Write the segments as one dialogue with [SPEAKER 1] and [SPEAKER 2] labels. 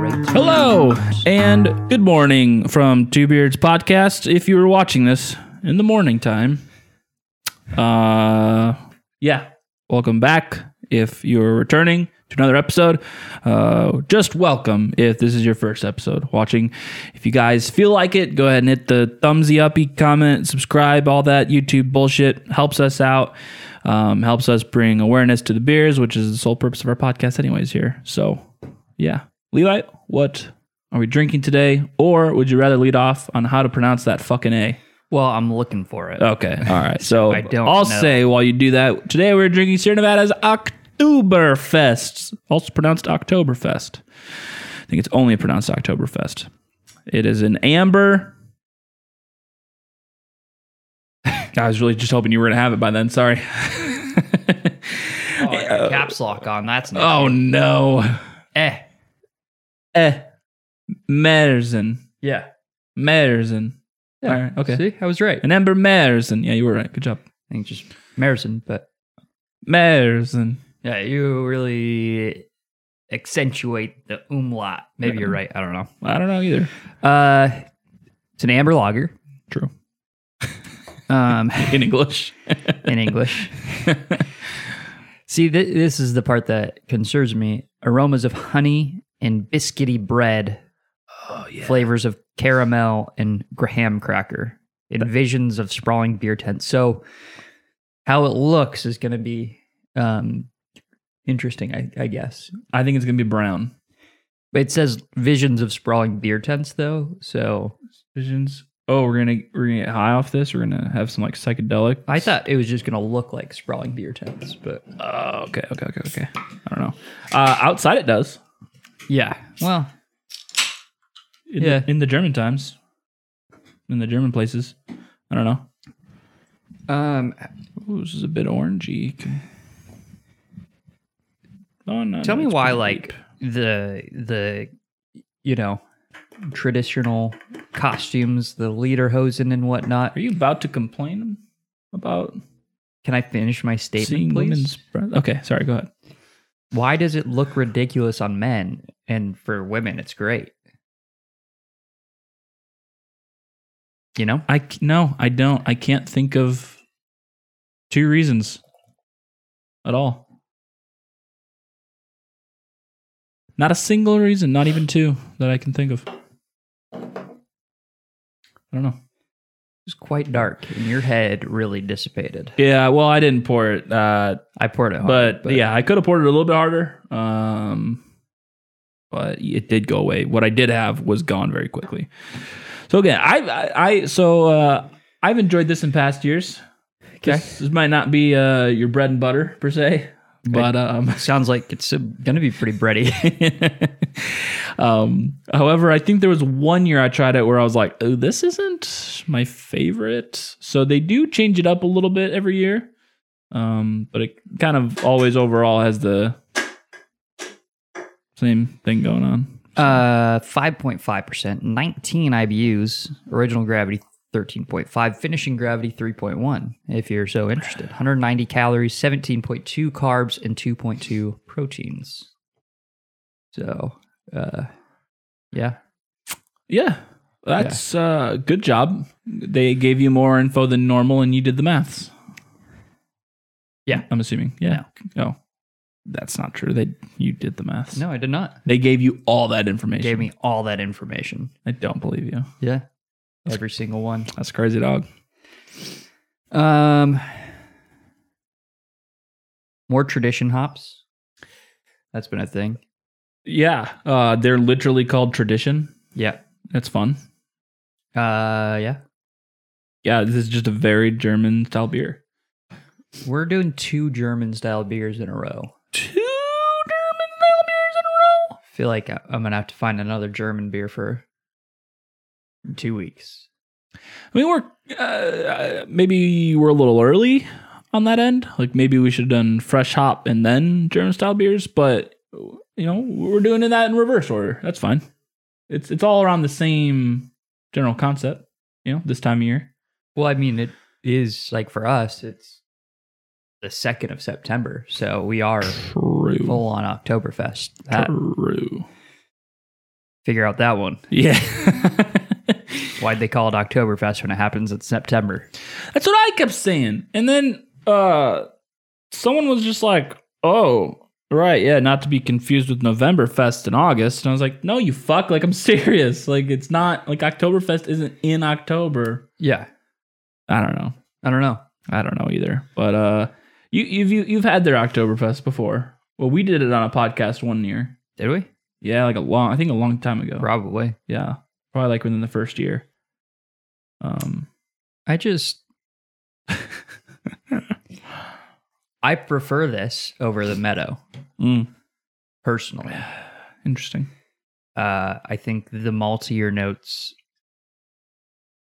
[SPEAKER 1] Hello and good morning from Two Beards Podcast. If you were watching this in the morning time, uh, yeah, welcome back. If you're returning to another episode, uh, just welcome. If this is your first episode watching, if you guys feel like it, go ahead and hit the thumbsy uppy, comment, subscribe, all that YouTube bullshit helps us out. Um, helps us bring awareness to the beers, which is the sole purpose of our podcast, anyways. Here, so yeah. Levi, what are we drinking today? Or would you rather lead off on how to pronounce that fucking A?
[SPEAKER 2] Well, I'm looking for it.
[SPEAKER 1] Okay. All right. So I
[SPEAKER 2] don't
[SPEAKER 1] will
[SPEAKER 2] know.
[SPEAKER 1] say while you do that, today we're drinking Sierra Nevada's Oktoberfest, also pronounced Oktoberfest. I think it's only pronounced Oktoberfest. It is an amber. I was really just hoping you were going to have it by then. Sorry.
[SPEAKER 2] Oh, I got caps lock on. That's not.
[SPEAKER 1] Oh, no.
[SPEAKER 2] Eh.
[SPEAKER 1] Eh. Merzen.
[SPEAKER 2] Yeah.
[SPEAKER 1] Merzen. All right. Okay.
[SPEAKER 2] See, I was right.
[SPEAKER 1] And Amber Merson. Yeah, you were right. Good job.
[SPEAKER 2] I think just Marison, but
[SPEAKER 1] Merson.
[SPEAKER 2] yeah, you really accentuate the umlaut. Maybe you're right. I don't know.
[SPEAKER 1] I don't know either.
[SPEAKER 2] Uh, it's an amber lager.
[SPEAKER 1] True.
[SPEAKER 2] Um,
[SPEAKER 1] In English.
[SPEAKER 2] in English. See, th- this is the part that concerns me: aromas of honey and biscuity bread,
[SPEAKER 1] oh, yeah.
[SPEAKER 2] flavors of caramel and graham cracker, and visions of sprawling beer tents. So, how it looks is going to be um, interesting, I, I guess.
[SPEAKER 1] I think it's going to be brown.
[SPEAKER 2] But it says visions of sprawling beer tents, though. So
[SPEAKER 1] Visions. Oh, we're gonna we're gonna get high off this. We're gonna have some like psychedelic.
[SPEAKER 2] I thought it was just going to look like sprawling beer tents, but
[SPEAKER 1] Oh, okay, okay, okay, okay. I don't know. Uh, outside it does.
[SPEAKER 2] yeah. Well,
[SPEAKER 1] In
[SPEAKER 2] Yeah.
[SPEAKER 1] The, in the German times, in the German places. I don't know.
[SPEAKER 2] um,
[SPEAKER 1] Ooh, this is a bit orangey. Oh, no,
[SPEAKER 2] tell
[SPEAKER 1] no,
[SPEAKER 2] me
[SPEAKER 1] it's
[SPEAKER 2] why
[SPEAKER 1] pretty
[SPEAKER 2] like
[SPEAKER 1] deep.
[SPEAKER 2] the the you know traditional costumes the lederhosen and whatnot
[SPEAKER 1] Are you about to complain about
[SPEAKER 2] can i finish my
[SPEAKER 1] seeing
[SPEAKER 2] statement
[SPEAKER 1] women's
[SPEAKER 2] please
[SPEAKER 1] breasts? Okay, sorry. Go ahead.
[SPEAKER 2] why does it look ridiculous on men and for women it's great you know
[SPEAKER 1] I c- no, I don't. I can't think of two reasons at all. Not a single reason, not even two that I can think of. I don't know.
[SPEAKER 2] it's quite dark and your head really dissipated
[SPEAKER 1] Yeah, well, I didn't pour it, uh,
[SPEAKER 2] i poured it hard,
[SPEAKER 1] but, yeah, I could have poured it a little bit harder. Um, but it did go away. What I did have was gone very quickly. So again, I, I, I so uh, I've enjoyed this in past years.
[SPEAKER 2] Okay.
[SPEAKER 1] This, this might not be uh, your bread and butter per se, but um,
[SPEAKER 2] sounds like it's uh, gonna be pretty bready
[SPEAKER 1] um, however, I think there was one year I tried it where I was like, oh, this isn't my favorite. So they do change it up a little bit every year. Um, but it kind of always overall has the same thing going on.
[SPEAKER 2] Uh, 5.5%, 19 IBUs, original gravity 13.5, finishing gravity 3.1, if you're so interested. 190 calories, 17.2 carbs, and 2.2 proteins. So, uh, yeah.
[SPEAKER 1] Yeah. That's uh good job. They gave you more info than normal and you did the maths.
[SPEAKER 2] Yeah.
[SPEAKER 1] I'm assuming. Yeah. Oh. That's not true. They you did the maths.
[SPEAKER 2] No, I did not.
[SPEAKER 1] They gave you all that information.
[SPEAKER 2] Gave me all that information.
[SPEAKER 1] I don't believe you.
[SPEAKER 2] Yeah. Every single one.
[SPEAKER 1] That's crazy dog.
[SPEAKER 2] Um, more tradition hops. That's been a thing.
[SPEAKER 1] Yeah. Uh they're literally called tradition.
[SPEAKER 2] Yeah.
[SPEAKER 1] That's fun.
[SPEAKER 2] Uh, yeah.
[SPEAKER 1] Yeah, this is just a very German style beer.
[SPEAKER 2] We're doing two German style beers in a row.
[SPEAKER 1] Two German style beers in a row.
[SPEAKER 2] I feel like I- I'm gonna have to find another German beer for two weeks.
[SPEAKER 1] I mean, we're uh, maybe we're a little early on that end. Like maybe we should have done fresh hop and then German style beers, but you know we're doing it that in reverse order. That's fine. It's it's all around the same general concept. You know, this time of year.
[SPEAKER 2] Well, I mean, it is like for us, it's the second of September, so we are
[SPEAKER 1] True.
[SPEAKER 2] full on Oktoberfest. That
[SPEAKER 1] True.
[SPEAKER 2] Uh, Figure out that one.
[SPEAKER 1] Yeah.
[SPEAKER 2] Why'd they call it Oktoberfest when it happens in September?
[SPEAKER 1] That's what I kept saying. And then uh someone was just like, "Oh, right, yeah, not to be confused with Novemberfest in August." And I was like, "No, you fuck, like I'm serious. Like it's not like Oktoberfest isn't in October."
[SPEAKER 2] Yeah.
[SPEAKER 1] I don't know.
[SPEAKER 2] I don't know.
[SPEAKER 1] I don't know either. But uh you you've you, you've had their Oktoberfest before. Well, we did it on a podcast one year.
[SPEAKER 2] Did we?
[SPEAKER 1] Yeah, like a long I think a long time ago.
[SPEAKER 2] Probably.
[SPEAKER 1] Yeah. Probably like within the first year. Um
[SPEAKER 2] I just I prefer this over the meadow
[SPEAKER 1] mm,
[SPEAKER 2] personally.
[SPEAKER 1] interesting.
[SPEAKER 2] Uh, I think the maltier notes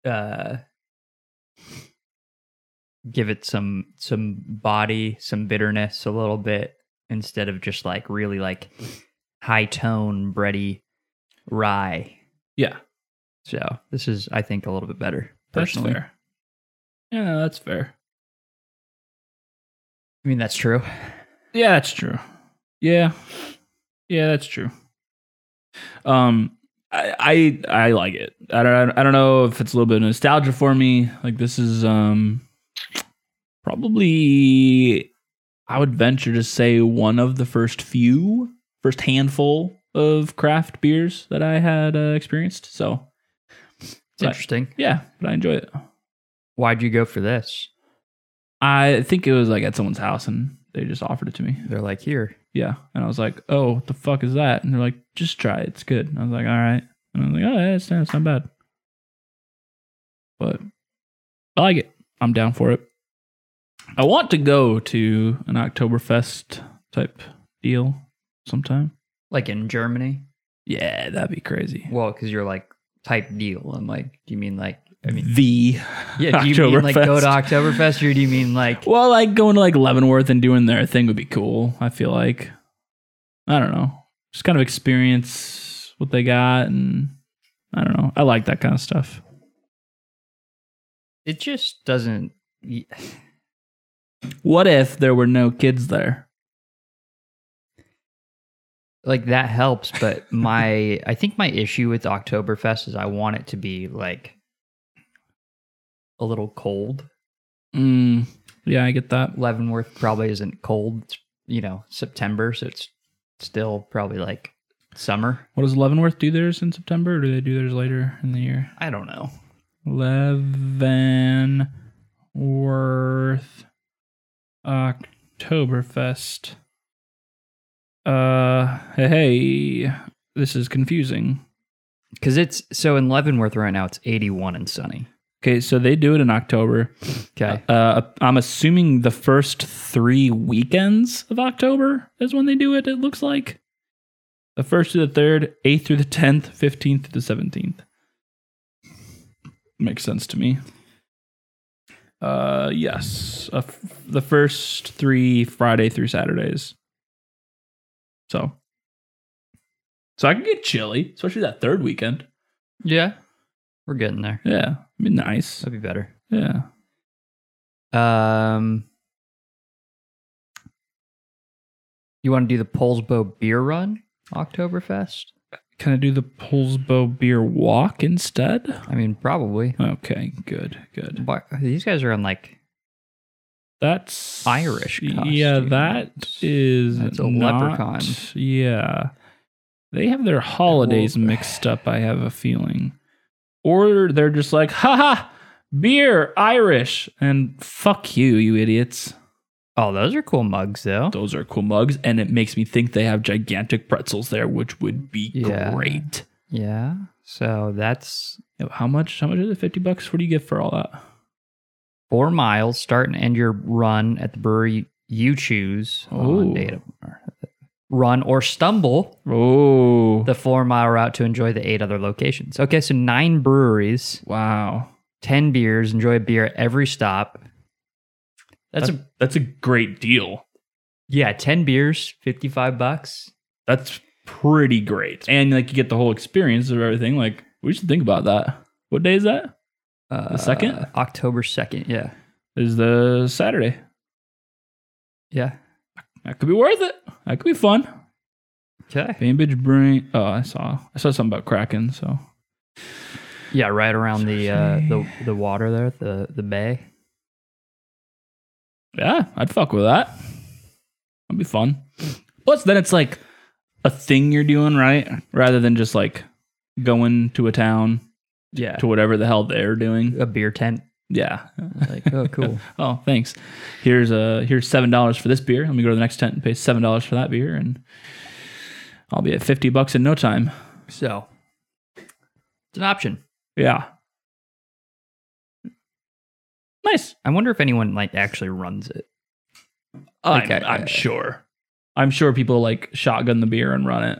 [SPEAKER 2] uh, give it some some body, some bitterness a little bit instead of just like really like high tone bready rye.
[SPEAKER 1] Yeah.
[SPEAKER 2] So this is I think a little bit better
[SPEAKER 1] That's
[SPEAKER 2] personally.
[SPEAKER 1] fair. Yeah, that's fair.
[SPEAKER 2] I mean that's true.
[SPEAKER 1] Yeah, that's true. Yeah, yeah, that's true. Um, I I, I like it. I don't I don't know if it's a little bit of nostalgia for me. Like this is um probably I would venture to say one of the first few, first handful of craft beers that I had uh, experienced. So
[SPEAKER 2] It's
[SPEAKER 1] Right.
[SPEAKER 2] interesting.
[SPEAKER 1] yeah, but I enjoy it.
[SPEAKER 2] Why'd you go for this?
[SPEAKER 1] I think it was like at someone's house and they just offered it to me.
[SPEAKER 2] They're like here.
[SPEAKER 1] yeah. And I was like, oh, what the fuck is that? And they're like, just try it. It's good. And I was like, all right. And I was like, oh, yeah, it's not, it's not bad. But I like it. I'm down for it. I want to go to an Oktoberfest type deal sometime.
[SPEAKER 2] Like in Germany?
[SPEAKER 1] Yeah, that'd be crazy.
[SPEAKER 2] Well, because you're like type deal. I'm like, do you mean like? I mean,
[SPEAKER 1] the
[SPEAKER 2] yeah. Do you mean like go to
[SPEAKER 1] Oktoberfest.
[SPEAKER 2] Oktoberfest, or do you mean like?
[SPEAKER 1] Well, like going to like Leavenworth and doing their thing would be cool. I feel like I don't know, just kind of experience what they got, and I don't know. I like that kind of stuff.
[SPEAKER 2] It just doesn't. y-
[SPEAKER 1] What if there were no kids there?
[SPEAKER 2] Like that helps, but my I think my issue with Oktoberfest is I want it to be like a little cold.
[SPEAKER 1] Mm, yeah, I get that.
[SPEAKER 2] Leavenworth probably isn't cold. It's, you know, September, so it's still probably like summer.
[SPEAKER 1] What does Leavenworth do theirs in September, or do they do theirs later in the year?
[SPEAKER 2] I don't know.
[SPEAKER 1] Leavenworth Oktoberfest. Uh, hey, this is confusing.
[SPEAKER 2] Because it's so in Leavenworth right now, it's 81 and sunny.
[SPEAKER 1] Okay, so they do it in October.
[SPEAKER 2] Okay.
[SPEAKER 1] Uh, I'm assuming the first three weekends of October is when they do it, it looks like. The first through the third, 8th through the 10th, 15th through the 17th. Makes sense to me. Uh, yes. Uh, f- the first three Friday through Saturdays. So. So I can get chilly, especially that third weekend.
[SPEAKER 2] Yeah. We're getting there.
[SPEAKER 1] Yeah. I mean, nice.
[SPEAKER 2] That'd be better.
[SPEAKER 1] Yeah.
[SPEAKER 2] Um, you want to do the Polsbo beer run, Oktoberfest?
[SPEAKER 1] Can I do the Polsbo beer walk instead?
[SPEAKER 2] I mean, probably.
[SPEAKER 1] Okay, good, good.
[SPEAKER 2] But these guys are on like
[SPEAKER 1] That's
[SPEAKER 2] Irish
[SPEAKER 1] Yeah,
[SPEAKER 2] costumes.
[SPEAKER 1] that is
[SPEAKER 2] That's a
[SPEAKER 1] not-
[SPEAKER 2] leprechaun.
[SPEAKER 1] Yeah, they have their holidays
[SPEAKER 2] Well-
[SPEAKER 1] mixed up. I have a feeling, or they're just like, ha ha, beer Irish, and fuck you, you idiots.
[SPEAKER 2] oh, those are cool mugs though.
[SPEAKER 1] Those are cool mugs, and it makes me think they have gigantic pretzels there, which would be
[SPEAKER 2] Yeah.
[SPEAKER 1] great.
[SPEAKER 2] Yeah. So that's
[SPEAKER 1] How much? How much is it? Fifty bucks? What do you get for all that?
[SPEAKER 2] four miles. Start and end your run at the brewery you choose on
[SPEAKER 1] Ooh.
[SPEAKER 2] data. Run or stumble
[SPEAKER 1] Oh,
[SPEAKER 2] the four mile route to enjoy the eight other locations. Okay, so nine breweries.
[SPEAKER 1] wow.
[SPEAKER 2] 10 beers, enjoy a beer at every stop. That's a
[SPEAKER 1] that's a great deal.
[SPEAKER 2] yeah, 10 beers, 55 bucks.
[SPEAKER 1] That's pretty great. And like you get the whole experience of everything. Like we should think about that. What day is that?
[SPEAKER 2] Uh,
[SPEAKER 1] second?
[SPEAKER 2] October 2nd. Yeah.
[SPEAKER 1] Is the Saturday.
[SPEAKER 2] Yeah.
[SPEAKER 1] That could be worth it. That could be fun.
[SPEAKER 2] Okay.
[SPEAKER 1] Bainbridge Brewing. Oh, I saw. I saw something about Kraken. So
[SPEAKER 2] Yeah, right around the uh, the the water there, the the bay.
[SPEAKER 1] yeah, I'd fuck with that. That'd be fun. Plus, then it's like a thing you're doing, right? Rather than just like going to a town
[SPEAKER 2] Yeah.
[SPEAKER 1] to whatever the hell they're doing.
[SPEAKER 2] A beer tent.
[SPEAKER 1] Yeah.
[SPEAKER 2] Like, oh, cool.
[SPEAKER 1] Oh, thanks. Here's uh here's seven dollars for this beer. Let me go to the next tent and pay seven dollars for that beer, and I'll be at fifty bucks in no time.
[SPEAKER 2] so it's an option.
[SPEAKER 1] Yeah. Nice.
[SPEAKER 2] I wonder if anyone like actually runs it. Like,
[SPEAKER 1] I'm,
[SPEAKER 2] I-
[SPEAKER 1] I'm sure. I'm sure people like shotgun the beer and run it,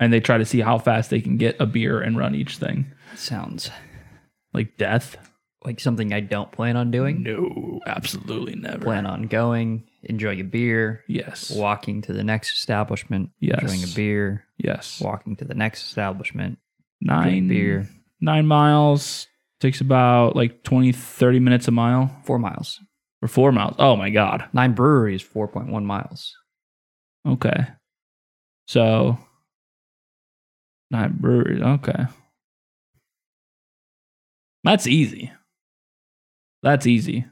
[SPEAKER 1] and they try to see how fast they can get a beer and run each thing.
[SPEAKER 2] Sounds
[SPEAKER 1] Like death?
[SPEAKER 2] like something I don't plan on doing.
[SPEAKER 1] No, absolutely never.
[SPEAKER 2] Plan on going, enjoying a beer,
[SPEAKER 1] Yes.
[SPEAKER 2] walking to the next establishment,
[SPEAKER 1] Yes.
[SPEAKER 2] enjoying a beer,
[SPEAKER 1] Yes.
[SPEAKER 2] walking to the next establishment,
[SPEAKER 1] Nine
[SPEAKER 2] enjoying beer,
[SPEAKER 1] Nine miles takes about like 20, 30 minutes a mile.
[SPEAKER 2] four miles.
[SPEAKER 1] or four miles. Oh my god.
[SPEAKER 2] Nine breweries, 4.1 miles.
[SPEAKER 1] Okay. So nine breweries. Okay. That's easy. That's easy.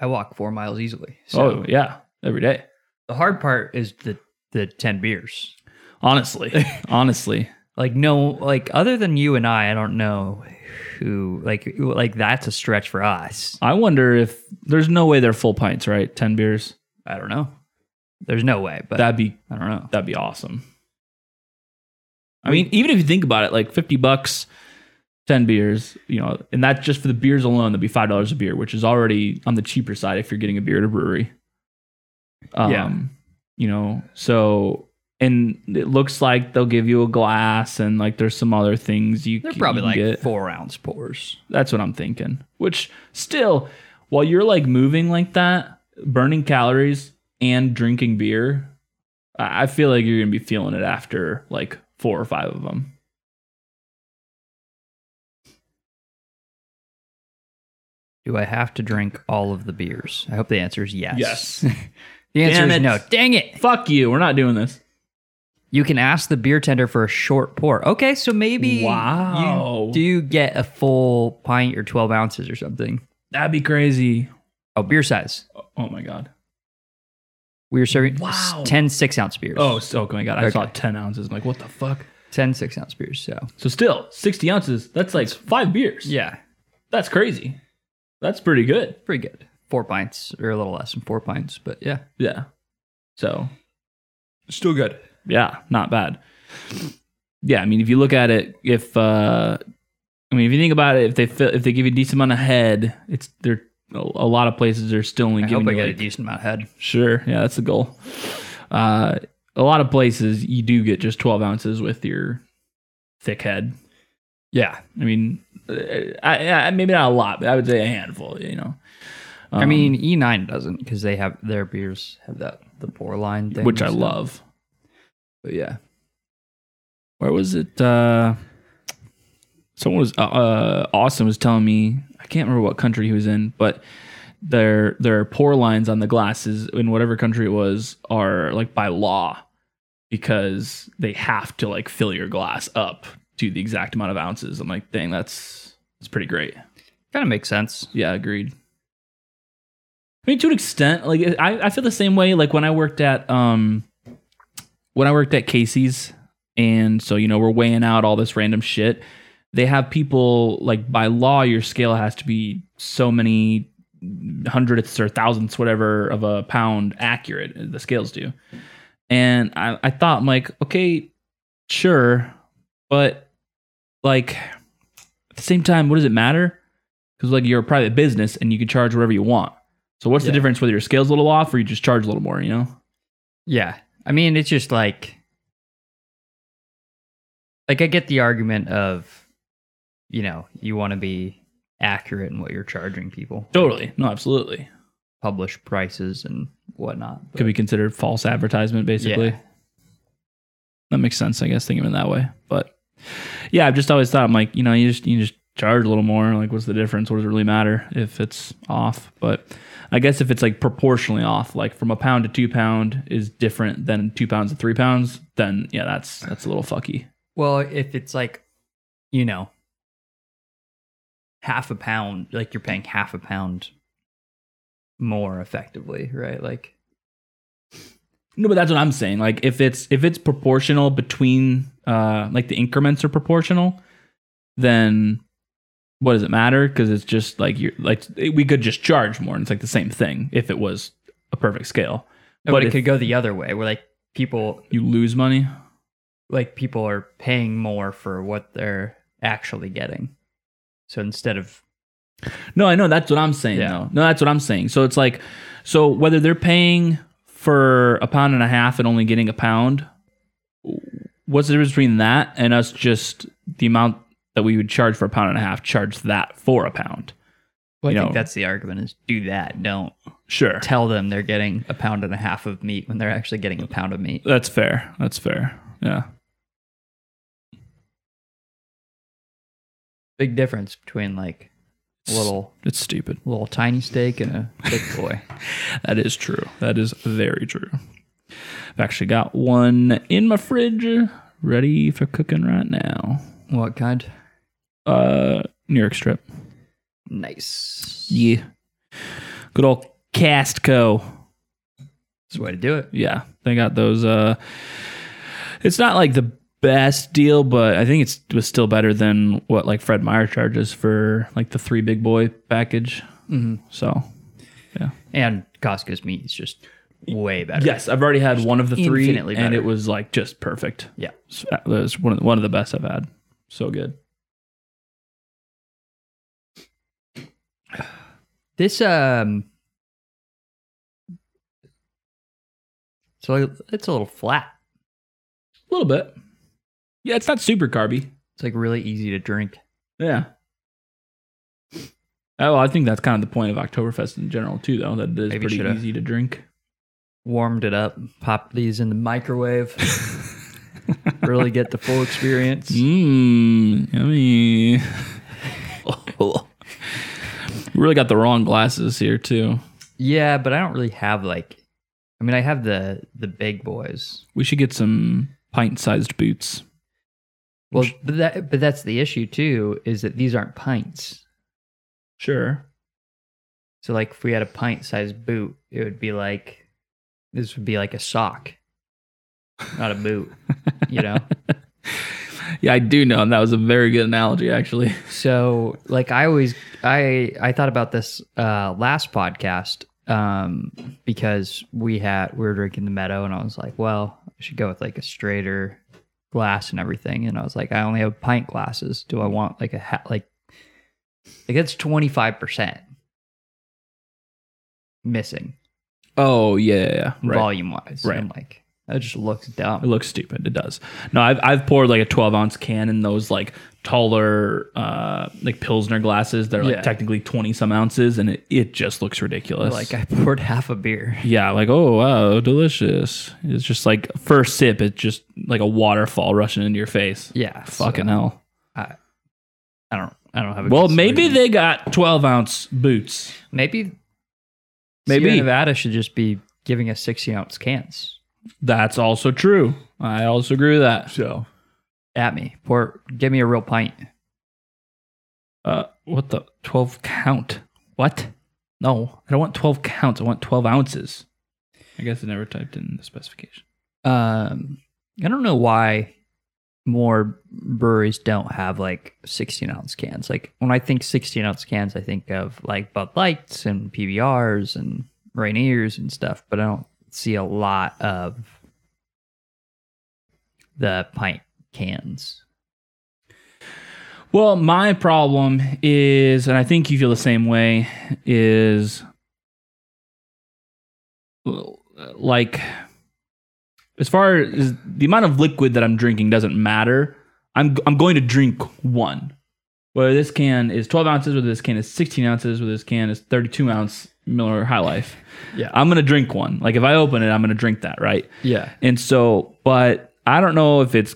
[SPEAKER 2] I walk four miles easily.
[SPEAKER 1] oh yeah, every day.
[SPEAKER 2] the hard part is the the 10 beers.
[SPEAKER 1] Honestly, honestly,
[SPEAKER 2] Like no, like other than you and I, I don't know who like like that's a stretch for us.
[SPEAKER 1] I wonder if there's no way they're full pints, right? Ten beers.
[SPEAKER 2] I don't know. There's no way, but
[SPEAKER 1] That'd be
[SPEAKER 2] I don't know.
[SPEAKER 1] that'd be awesome. I mean, even if you think about it, like fifty bucks, ten beers, you know, and that's just for the beers alone. That'd be five dollars a beer, which is already on the cheaper side if you're getting a beer at a brewery. Um,
[SPEAKER 2] Yeah.
[SPEAKER 1] you know, so and it looks like they'll give you a glass and like there's some other things you
[SPEAKER 2] They're
[SPEAKER 1] c-
[SPEAKER 2] probably
[SPEAKER 1] you
[SPEAKER 2] like
[SPEAKER 1] can get.
[SPEAKER 2] four ounce pours.
[SPEAKER 1] That's what I'm thinking. Which still, while you're like moving like that, burning calories and drinking beer, I I feel like you're gonna be feeling it after like four or five of them.
[SPEAKER 2] Do I have to drink all of the beers? I hope the answer is yes.
[SPEAKER 1] Yes.
[SPEAKER 2] The answer
[SPEAKER 1] Damn
[SPEAKER 2] is
[SPEAKER 1] it.
[SPEAKER 2] no. Dang it.
[SPEAKER 1] Fuck you. We're not doing this.
[SPEAKER 2] You can ask the beer tender for a short pour. Okay, so maybe
[SPEAKER 1] Wow.
[SPEAKER 2] you do get a full pint or 12 ounces or something.
[SPEAKER 1] That'd be crazy.
[SPEAKER 2] Oh, beer size.
[SPEAKER 1] Oh my god.
[SPEAKER 2] We were serving s-
[SPEAKER 1] Wow.
[SPEAKER 2] 10 six ounce beers.
[SPEAKER 1] Oh, so, oh my god. I saw
[SPEAKER 2] Okay.
[SPEAKER 1] ten ounces. I'm like, what the fuck?
[SPEAKER 2] 10 six ounce beers. So,
[SPEAKER 1] So still, sixty ounces. That's like five beers.
[SPEAKER 2] yeah,
[SPEAKER 1] That's crazy. That's pretty good.
[SPEAKER 2] pretty good. Four pints or a little less than four pints, but yeah.
[SPEAKER 1] Yeah. So
[SPEAKER 2] Still good.
[SPEAKER 1] yeah, not bad. Yeah, I mean, if you look at it, if uh, I mean, if you think about it, if they fill, if they give you a decent amount of head, it's they're a a lot of places are still only
[SPEAKER 2] I
[SPEAKER 1] giving
[SPEAKER 2] hope I
[SPEAKER 1] you
[SPEAKER 2] get a
[SPEAKER 1] like-
[SPEAKER 2] decent amount head.
[SPEAKER 1] sure, yeah, that's the goal. Uh, a lot of places you do get just twelve ounces with your thick head.
[SPEAKER 2] Yeah.
[SPEAKER 1] I mean, uh, I, I maybe not a lot, but I would say a handful. You know,
[SPEAKER 2] I
[SPEAKER 1] Um,
[SPEAKER 2] mean, E9 doesn't because they have their beers have that the pour line thing.
[SPEAKER 1] which I
[SPEAKER 2] so-
[SPEAKER 1] love.
[SPEAKER 2] But yeah.
[SPEAKER 1] where was it? Uh, someone was uh, uh, Austin was telling me I can't remember what country he was in, but their their pour lines on the glasses in whatever country it was are like by law because they have to like fill your glass up to the exact amount of ounces. I'm like, dang, that's that's pretty great.
[SPEAKER 2] Kind of makes sense.
[SPEAKER 1] Yeah, agreed. I mean, to an extent, like I, I feel the same way. Like when I worked at um, when I worked at Casey's, and so you know we're weighing out all this random shit. They have people like by law, your scale has to be so many hundredths or thousandths, whatever, of a pound accurate. The scales do, and I, I thought, I'm like, okay, sure, but like at the same time, what does it matter? because like you're a private business and you can charge whatever you want. So what's
[SPEAKER 2] Yeah.
[SPEAKER 1] the difference whether your scale's a little off or you just charge a little more? You know?
[SPEAKER 2] Yeah. I mean, it's just like like I get the argument of you know, you want to be accurate in what you're charging people.
[SPEAKER 1] Totally. No, absolutely.
[SPEAKER 2] Publish prices and whatnot.
[SPEAKER 1] Could be considered false advertisement, basically.
[SPEAKER 2] Yeah.
[SPEAKER 1] That makes sense, I guess, thinking of it that way. But yeah, I've just always thought I'm like, you know, you just you just charge a little more. Like, what's the difference? What does it really matter if it's off? But I guess if it's like proportionally off, like from a pound to two pound is different than two pounds to three pounds, then yeah, that's that's a little fucky.
[SPEAKER 2] Well, if it's like, you know, half a pound, like you're paying half a pound more effectively, right? Like,
[SPEAKER 1] No, but that's what I'm saying. Like if it's if it's proportional between uh like the increments are proportional, then what does it matter? Because it's just like you're like it- we could just charge more, and it's like the same thing if it was a perfect scale.
[SPEAKER 2] oh, but,
[SPEAKER 1] But
[SPEAKER 2] it
[SPEAKER 1] if-
[SPEAKER 2] could go the other way where like people,
[SPEAKER 1] You lose money.
[SPEAKER 2] like people are paying more for what they're actually getting. So instead of,
[SPEAKER 1] No, I know that's what I'm saying.
[SPEAKER 2] Yeah.
[SPEAKER 1] though. No, that's what I'm saying. So it's like, so whether they're paying for a pound and a half and only getting a pound, what's the difference between that and us just the amount that we would charge for a pound and a half, charge that for a pound?
[SPEAKER 2] I
[SPEAKER 1] you
[SPEAKER 2] think
[SPEAKER 1] know.
[SPEAKER 2] that's the argument is do that. Don't
[SPEAKER 1] Sure,
[SPEAKER 2] tell them they're getting a pound and a half of meat when they're actually getting a pound of meat.
[SPEAKER 1] that's fair. That's fair. Yeah,
[SPEAKER 2] Big difference between like a little,
[SPEAKER 1] it's stupid.
[SPEAKER 2] little tiny steak and a big boy.
[SPEAKER 1] That is true. That is very true. I've actually got one in my fridge, ready for cooking right now.
[SPEAKER 2] what kind?
[SPEAKER 1] Uh, New York strip.
[SPEAKER 2] Nice.
[SPEAKER 1] Yeah. Good old Castco.
[SPEAKER 2] That's the way to do it.
[SPEAKER 1] Yeah. They got those uh it's not like the best deal, but I think it's it was still better than what like Fred Meyer charges for like the three big boy package. So
[SPEAKER 2] And Costco's meat is just way better.
[SPEAKER 1] yes, I've already had one of the three
[SPEAKER 2] Infinitely
[SPEAKER 1] and
[SPEAKER 2] better.
[SPEAKER 1] it was like just perfect.
[SPEAKER 2] Yeah.
[SPEAKER 1] So That was one of the, one of the best I've had. So good.
[SPEAKER 2] This um So it's a little flat.
[SPEAKER 1] A little bit. Yeah, it's not super carby.
[SPEAKER 2] It's like really easy to drink.
[SPEAKER 1] Yeah. Oh, I think that's kind of the point of Oktoberfest in general too, though. That it is
[SPEAKER 2] Maybe
[SPEAKER 1] pretty
[SPEAKER 2] shoulda-
[SPEAKER 1] easy to drink.
[SPEAKER 2] Warmed it up, popped these in the microwave. really get the full experience.
[SPEAKER 1] Hmm? Mmm, yummy. You really got the wrong glasses here too.
[SPEAKER 2] Yeah, but I don't really have like I mean I have the the big boys.
[SPEAKER 1] We should get some pint-sized boots.
[SPEAKER 2] Well, but that but that's the issue too is that these aren't pints.
[SPEAKER 1] Sure.
[SPEAKER 2] So like if we had a pint sized boot, it would be like this would be like a sock, not a boot, you know?
[SPEAKER 1] Yeah, I do know, and that was a very good analogy, actually.
[SPEAKER 2] So like I always I I thought about this uh last podcast um because we had we were drinking the meadow and I was like, well, I should go with like a straighter glass and everything and I was like, I only have pint glasses. Do I want like a hat like like that's 25% missing.
[SPEAKER 1] Oh yeah, yeah, yeah. right.
[SPEAKER 2] volume wise.
[SPEAKER 1] Right.
[SPEAKER 2] I'm like, that just looks
[SPEAKER 1] It
[SPEAKER 2] dumb.
[SPEAKER 1] looks stupid. It does. No, I've I've poured like a twelve ounce can in those like taller uh like pilsner glasses that are like
[SPEAKER 2] Yeah.
[SPEAKER 1] technically twenty some ounces, and it, it just looks ridiculous.
[SPEAKER 2] Like I poured half a beer.
[SPEAKER 1] yeah, like oh wow, delicious. It's just like first sip, it's just like a waterfall rushing into your face.
[SPEAKER 2] Yeah.
[SPEAKER 1] Fucking
[SPEAKER 2] so
[SPEAKER 1] hell.
[SPEAKER 2] I don't I don't have a
[SPEAKER 1] Well,
[SPEAKER 2] good
[SPEAKER 1] maybe
[SPEAKER 2] solution.
[SPEAKER 1] they got twelve ounce boots.
[SPEAKER 2] maybe
[SPEAKER 1] Maybe.
[SPEAKER 2] Sierra Nevada should just be giving us sixty ounce cans
[SPEAKER 1] That's also true. I also agree with that. So,
[SPEAKER 2] at me. Pour give me a real pint.
[SPEAKER 1] uh, what the twelve count? What? No, I don't want twelve counts. I want twelve ounces. I guess I never typed in the specification.
[SPEAKER 2] Um I don't know why more breweries don't have like 16 ounce cans. Like when I think 16 ounce cans, I think of like Bud Lights and PBRs and Rainiers and stuff, but I don't see a lot of the pint cans.
[SPEAKER 1] Well, my problem is, and I think you feel the same way, is l- like as far as the amount of liquid that I'm drinking doesn't matter. I'm I'm going to drink one. Whether this can is 12 ounces, whether this can is 16 ounces, whether this can is 32 ounce Miller High Life.
[SPEAKER 2] Yeah.
[SPEAKER 1] I'm gonna drink one. Like if I open it, I'm gonna drink that, right?
[SPEAKER 2] Yeah.
[SPEAKER 1] And so, but I don't know if it's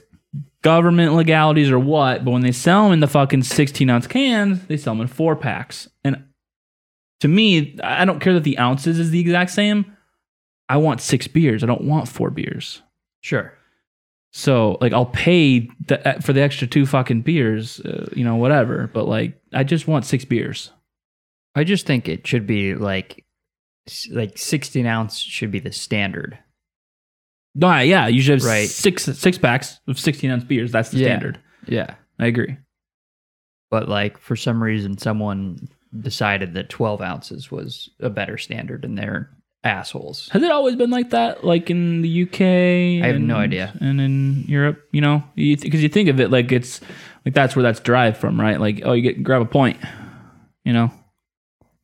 [SPEAKER 1] government legalities or what, but when they sell them in the fucking 16 ounce cans, they sell them in four packs. And to me, I don't care that the ounces is the exact same. I want six beers. I don't want four beers.
[SPEAKER 2] Sure.
[SPEAKER 1] So like I'll pay the, uh, for the extra two fucking beers, uh, you know, whatever. But like I just want six beers.
[SPEAKER 2] I just think it should be like s- like 16 ounce should be the standard.
[SPEAKER 1] No, I- yeah, you should have
[SPEAKER 2] Right.
[SPEAKER 1] six six packs of sixteen ounce beers. That's the
[SPEAKER 2] Yeah.
[SPEAKER 1] standard.
[SPEAKER 2] Yeah.
[SPEAKER 1] I agree.
[SPEAKER 2] But like for some reason someone decided that 12 ounces was a better standard and they're assholes.
[SPEAKER 1] Has it always been like that? Like in the UK?
[SPEAKER 2] I have
[SPEAKER 1] and-
[SPEAKER 2] no idea.
[SPEAKER 1] And in Europe, you know, because you, think of it like it's like that's where that's derived from, right? Like oh, you get grab a point, you know,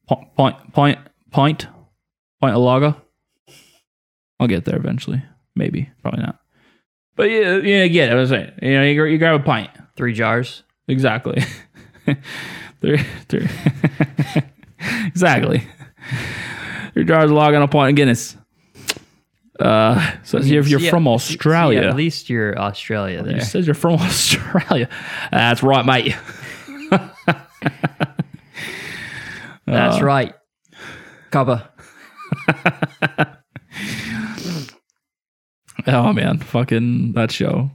[SPEAKER 1] point point point point point a lager. I'll get there eventually, maybe, probably not. But yeah, yeah, I get it. I was saying, you know, you, gra- you grab a pint,
[SPEAKER 2] 3 jars.
[SPEAKER 1] Exactly. Three- three- exactly. Your jars log on a point in Guinness. Uh, so
[SPEAKER 2] mean,
[SPEAKER 1] if you're
[SPEAKER 2] see,
[SPEAKER 1] from
[SPEAKER 2] See,
[SPEAKER 1] Australia,
[SPEAKER 2] at least you're Australia
[SPEAKER 1] it
[SPEAKER 2] there.
[SPEAKER 1] says you're from Australia. That's right, mate.
[SPEAKER 2] That's right. Cubba.
[SPEAKER 1] Oh man, fucking that show.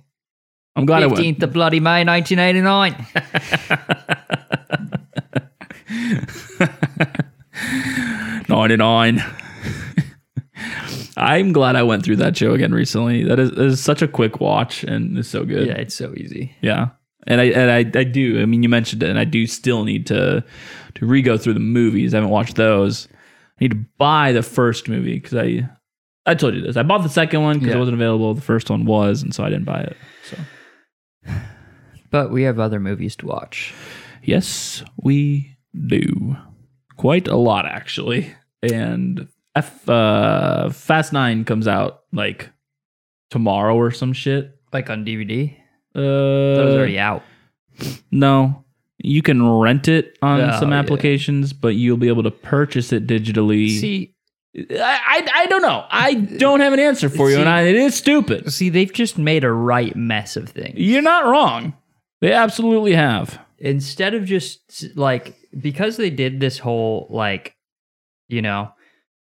[SPEAKER 1] I'm glad it went.
[SPEAKER 2] 15th of bloody May 1989.
[SPEAKER 1] Ninety nine. I'm glad I went through that show again recently. That is, that is such a quick watch and it's so good.
[SPEAKER 2] yeah, it's so easy.
[SPEAKER 1] Yeah. And I and I, I do. I mean, you mentioned it, and I do still need to to re go through the movies. I haven't watched those. I need to buy the first movie because I I told you this. I bought the second one because
[SPEAKER 2] Yeah.
[SPEAKER 1] it wasn't available. The first one was, and so I didn't buy it. So
[SPEAKER 2] But we have other movies to watch.
[SPEAKER 1] yes, we do quite a lot actually. And F uh, Fast Nine comes out like tomorrow or some shit.
[SPEAKER 2] Like on DVD?
[SPEAKER 1] Uh,
[SPEAKER 2] That was already out.
[SPEAKER 1] No, you can rent it on
[SPEAKER 2] Oh,
[SPEAKER 1] some
[SPEAKER 2] yeah.
[SPEAKER 1] applications, but you'll be able to purchase it digitally.
[SPEAKER 2] See,
[SPEAKER 1] I, I, I don't know. I don't have an answer for you, and
[SPEAKER 2] See-
[SPEAKER 1] I, it is stupid.
[SPEAKER 2] see, they've just made a right mess of things.
[SPEAKER 1] You're not wrong. They absolutely have.
[SPEAKER 2] Instead of just like because they did this whole like, you know,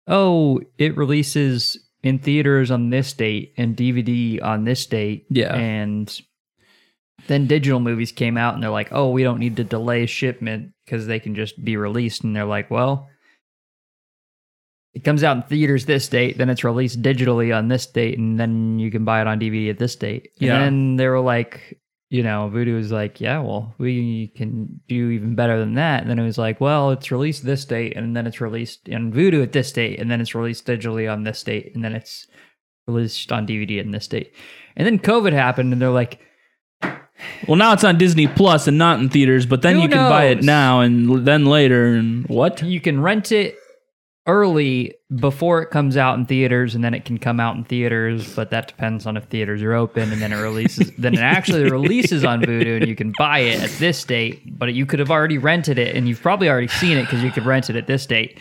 [SPEAKER 2] oh, it releases in theaters on this date and DVD on this date.
[SPEAKER 1] Yeah.
[SPEAKER 2] And then digital movies came out and they're like, oh, we don't need to delay shipment because they can just be released. And they're like, well, it comes out in theaters this date, then it's released digitally on this date, and then you can buy it on DVD at this date. And
[SPEAKER 1] Yeah.
[SPEAKER 2] then they were like, you know, Voodoo was like, yeah, well, we can do even better than that. And then it was like, well, it's released this date, and then it's released in Voodoo at this date, and then it's released digitally on this date, and then it's released on DVD in this date. And then COVID happened, and they're like,
[SPEAKER 1] Well, now it's on Disney Plus and not in theaters, but then
[SPEAKER 2] Who
[SPEAKER 1] you can buy it
[SPEAKER 2] knows?
[SPEAKER 1] now and l- then later. And what?
[SPEAKER 2] you can rent it early before it comes out in theaters and then it can come out in theaters but that depends on if theaters are open and then it releases then it actually releases on voodoo and you can buy it at this date but you could have already rented it and you've probably already seen it because you could rent it at this date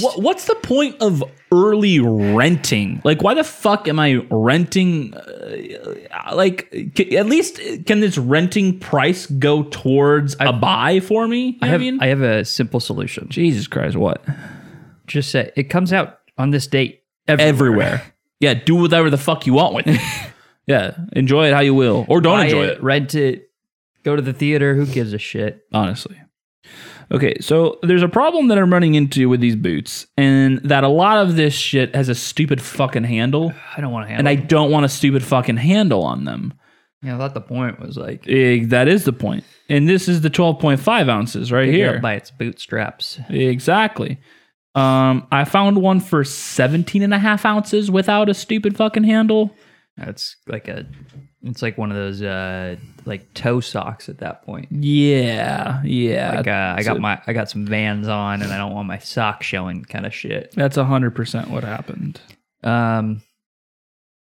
[SPEAKER 1] What, what's the point of early renting? Like, why the fuck am I renting? Uh, like, c- at least uh, can this renting price go towards a buy for me? You know
[SPEAKER 2] I
[SPEAKER 1] what
[SPEAKER 2] have,
[SPEAKER 1] I mean?
[SPEAKER 2] I have a simple solution
[SPEAKER 1] Jesus Christ, what?
[SPEAKER 2] just say it comes out on this date
[SPEAKER 1] Everywhere. yeah, do whatever the fuck you want with it. yeah, enjoy it how you will, or don't
[SPEAKER 2] Buy
[SPEAKER 1] enjoy it.
[SPEAKER 2] rent it go to the theater who gives a shit
[SPEAKER 1] honestly. Okay, so there's a problem that I'm running into with these boots, and that a lot of this shit has a stupid fucking handle,
[SPEAKER 2] i don't want to handle
[SPEAKER 1] and I don't want a stupid fucking handle on them.
[SPEAKER 2] yeah, I thought the point was like
[SPEAKER 1] Eh, that is the point. And this is the 12.5 ounces right
[SPEAKER 2] here
[SPEAKER 1] here.
[SPEAKER 2] by its bootstraps
[SPEAKER 1] Exactly. Um, I found one for 17 and a half ounces without a stupid fucking handle.
[SPEAKER 2] It's like a, it's like one of those uh like toe socks at that point.
[SPEAKER 1] Yeah, yeah.
[SPEAKER 2] Like uh, I got my I got some Vans on and I don't want my sock showing kind of shit.
[SPEAKER 1] That's 100% what happened.
[SPEAKER 2] Um,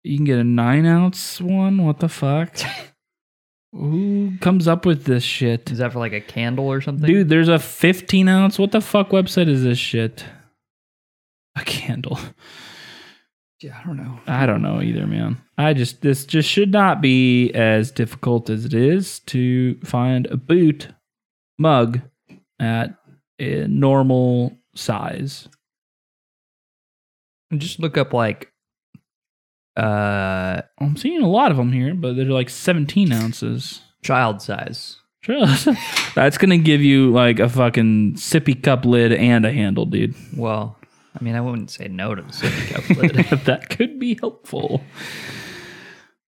[SPEAKER 1] You can get a nine ounce one. What the fuck? Who comes up with this shit?
[SPEAKER 2] is that for like a candle or something?
[SPEAKER 1] Dude, there's a 15 ounce. What the fuck website is this shit? A candle.
[SPEAKER 2] Yeah, I don't know.
[SPEAKER 1] I don't know either, man. I just this just should not be as difficult as it is to find a boot mug at a normal size.
[SPEAKER 2] Just look up like uh
[SPEAKER 1] I'm seeing a lot of them here, but they're like 17 ounces.
[SPEAKER 2] child size.
[SPEAKER 1] Sure. That's gonna give you like a fucking sippy cup lid and a handle, dude.
[SPEAKER 2] Well, I mean, I wouldn't say no to the sippy cup lid.
[SPEAKER 1] that could be helpful.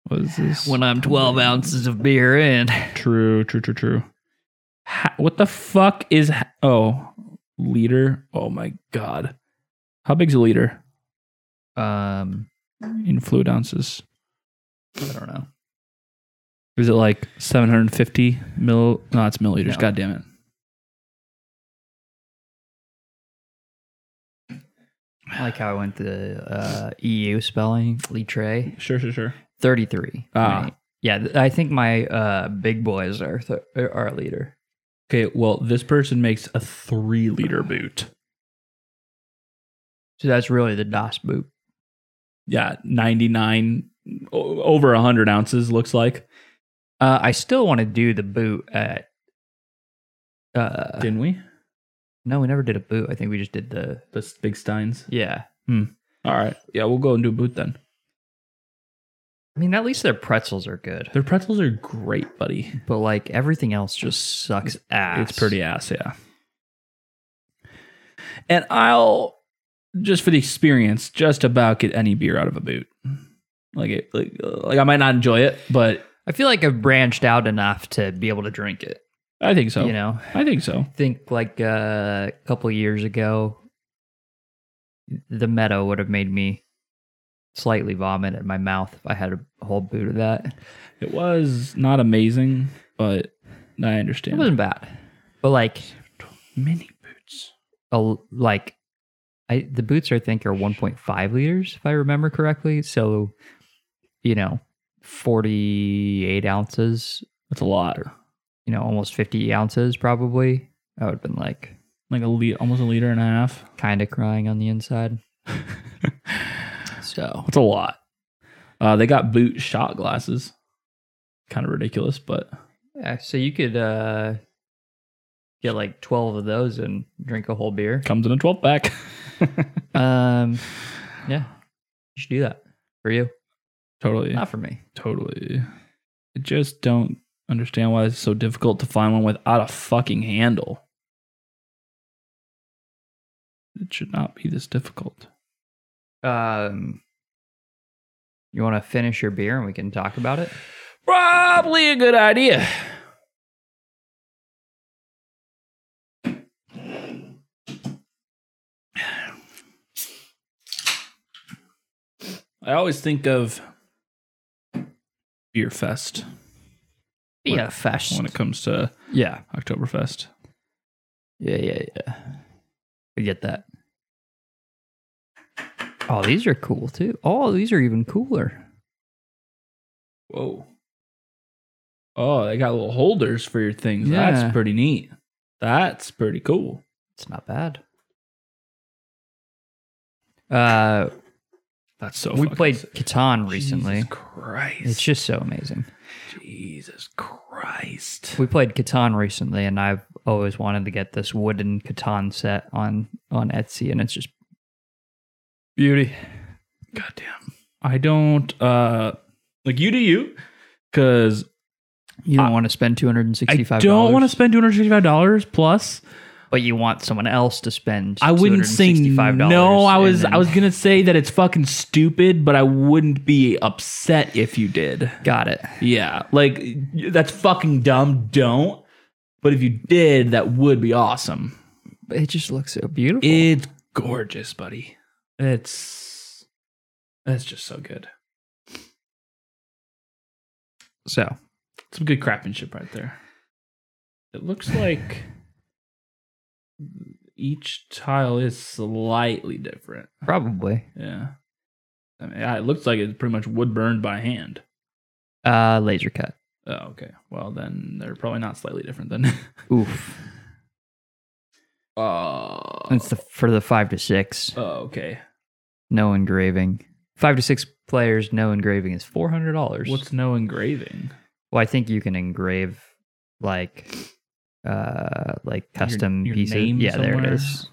[SPEAKER 1] What is this?
[SPEAKER 2] when I'm 12 ounces of beer in.
[SPEAKER 1] True, true, true, true. Ha- what the fuck is ha- oh liter? Oh my god, how big's a liter
[SPEAKER 2] Um,
[SPEAKER 1] in fluid ounces?
[SPEAKER 2] I don't know.
[SPEAKER 1] Is it like 750 mil? No, it's milliliters.
[SPEAKER 2] No.
[SPEAKER 1] God damn it.
[SPEAKER 2] I like how I went the uh, EU spelling, litre.
[SPEAKER 1] Sure, sure, sure.
[SPEAKER 2] 33.
[SPEAKER 1] Ah.
[SPEAKER 2] Right. Yeah, th- I think my uh, big boys are th- are a leader.
[SPEAKER 1] Okay, well, this person makes a three liter boot.
[SPEAKER 2] So that's really the DOS boot.
[SPEAKER 1] Yeah, 99 o- over 100 ounces looks like.
[SPEAKER 2] Uh, I still want to do the boot at. Uh,
[SPEAKER 1] Didn't we?
[SPEAKER 2] no, we never did a boot. I think we just did the.
[SPEAKER 1] The s- big steins.
[SPEAKER 2] Yeah.
[SPEAKER 1] All right. Yeah, we'll go and do a boot then.
[SPEAKER 2] I mean, at least their pretzels are good.
[SPEAKER 1] Their pretzels are great, buddy.
[SPEAKER 2] But like everything else just sucks ass.
[SPEAKER 1] It's pretty ass, yeah. And I'll just for the experience, just about get any beer out of a boot. Like it, like, like I might not enjoy it, but
[SPEAKER 2] I feel like I've branched out enough to be able to drink it.
[SPEAKER 1] I think so.
[SPEAKER 2] You know,
[SPEAKER 1] I think so.
[SPEAKER 2] think like uh, a couple years ago, the meadow would have made me slightly vomit in my mouth if I had a whole boot of that.
[SPEAKER 1] It was not amazing, but I
[SPEAKER 2] It
[SPEAKER 1] understand.
[SPEAKER 2] wasn't bad, but like,
[SPEAKER 1] mini boots.
[SPEAKER 2] a, like, I the boots I think are 1.5 liters if I remember correctly. So, you know, 48 ounces,
[SPEAKER 1] That's a lot.
[SPEAKER 2] you know, almost 50 ounces probably. I would have been like
[SPEAKER 1] Like a le- almost a liter and a half.
[SPEAKER 2] kind of crying on the inside. So
[SPEAKER 1] That's a lot. Uh, they got boot shot glasses. Kind of ridiculous, but
[SPEAKER 2] Yeah, so you could uh, get like twelve of those and drink a whole beer.
[SPEAKER 1] comes in a twelve pack.
[SPEAKER 2] Um, yeah, you should do that for you,
[SPEAKER 1] totally.
[SPEAKER 2] not for me.
[SPEAKER 1] Totally. I just don't understand why it's so difficult to find one without a fucking handle. It should not be this difficult.
[SPEAKER 2] Um, you want to finish your beer and we can talk about it.
[SPEAKER 1] Probably a good idea. I always think of Beer Fest Beer
[SPEAKER 2] fest.
[SPEAKER 1] when it comes to
[SPEAKER 2] Yeah,
[SPEAKER 1] Oktoberfest.
[SPEAKER 2] yeah, yeah, yeah. I get that. Oh, these are cool too. Oh, these are even cooler.
[SPEAKER 1] Whoa. Oh, they got little holders for your things.
[SPEAKER 2] Yeah.
[SPEAKER 1] That's pretty neat. That's pretty cool.
[SPEAKER 2] It's not bad. Uh,
[SPEAKER 1] That's so.
[SPEAKER 2] we
[SPEAKER 1] fucking
[SPEAKER 2] played
[SPEAKER 1] sick.
[SPEAKER 2] Catan recently.
[SPEAKER 1] Jesus Christ.
[SPEAKER 2] It's just so amazing.
[SPEAKER 1] Jesus Christ.
[SPEAKER 2] We played Catan recently, and I've always wanted to get this wooden Catan set on on Etsy, and it's just beauty.
[SPEAKER 1] Goddamn. I don't uh like you do you because
[SPEAKER 2] You don't
[SPEAKER 1] I-
[SPEAKER 2] want to spend two hundred and
[SPEAKER 1] I
[SPEAKER 2] sixty-five.
[SPEAKER 1] don't want to spend two hundred sixty-five dollars plus.
[SPEAKER 2] but you want someone else to spend.
[SPEAKER 1] I wouldn't say
[SPEAKER 2] $265
[SPEAKER 1] no. I
[SPEAKER 2] and
[SPEAKER 1] was
[SPEAKER 2] then-
[SPEAKER 1] I was gonna say that it's fucking stupid, but I wouldn't be upset if you did.
[SPEAKER 2] got it.
[SPEAKER 1] Yeah, like that's fucking dumb. Don't. But if you did, that would be awesome.
[SPEAKER 2] But It just looks so beautiful.
[SPEAKER 1] It's gorgeous, buddy. It's that's just so good.
[SPEAKER 2] so
[SPEAKER 1] Some good craftsmanship right there. It looks like each tile is slightly different.
[SPEAKER 2] probably
[SPEAKER 1] Yeah. I mean, it looks like it's pretty much wood burned by hand.
[SPEAKER 2] uh, laser cut.
[SPEAKER 1] Oh, okay. Well, then they're probably not slightly different then.
[SPEAKER 2] Oof.
[SPEAKER 1] Oh.
[SPEAKER 2] Uh, It's the for the five to six.
[SPEAKER 1] oh, okay.
[SPEAKER 2] No engraving. Five to six players, no engraving is four hundred dollars.
[SPEAKER 1] What's no engraving?
[SPEAKER 2] Well, I think you can engrave like uh like
[SPEAKER 1] Your-
[SPEAKER 2] custom
[SPEAKER 1] your
[SPEAKER 2] pieces.
[SPEAKER 1] name
[SPEAKER 2] yeah, there
[SPEAKER 1] somewhere?
[SPEAKER 2] it is.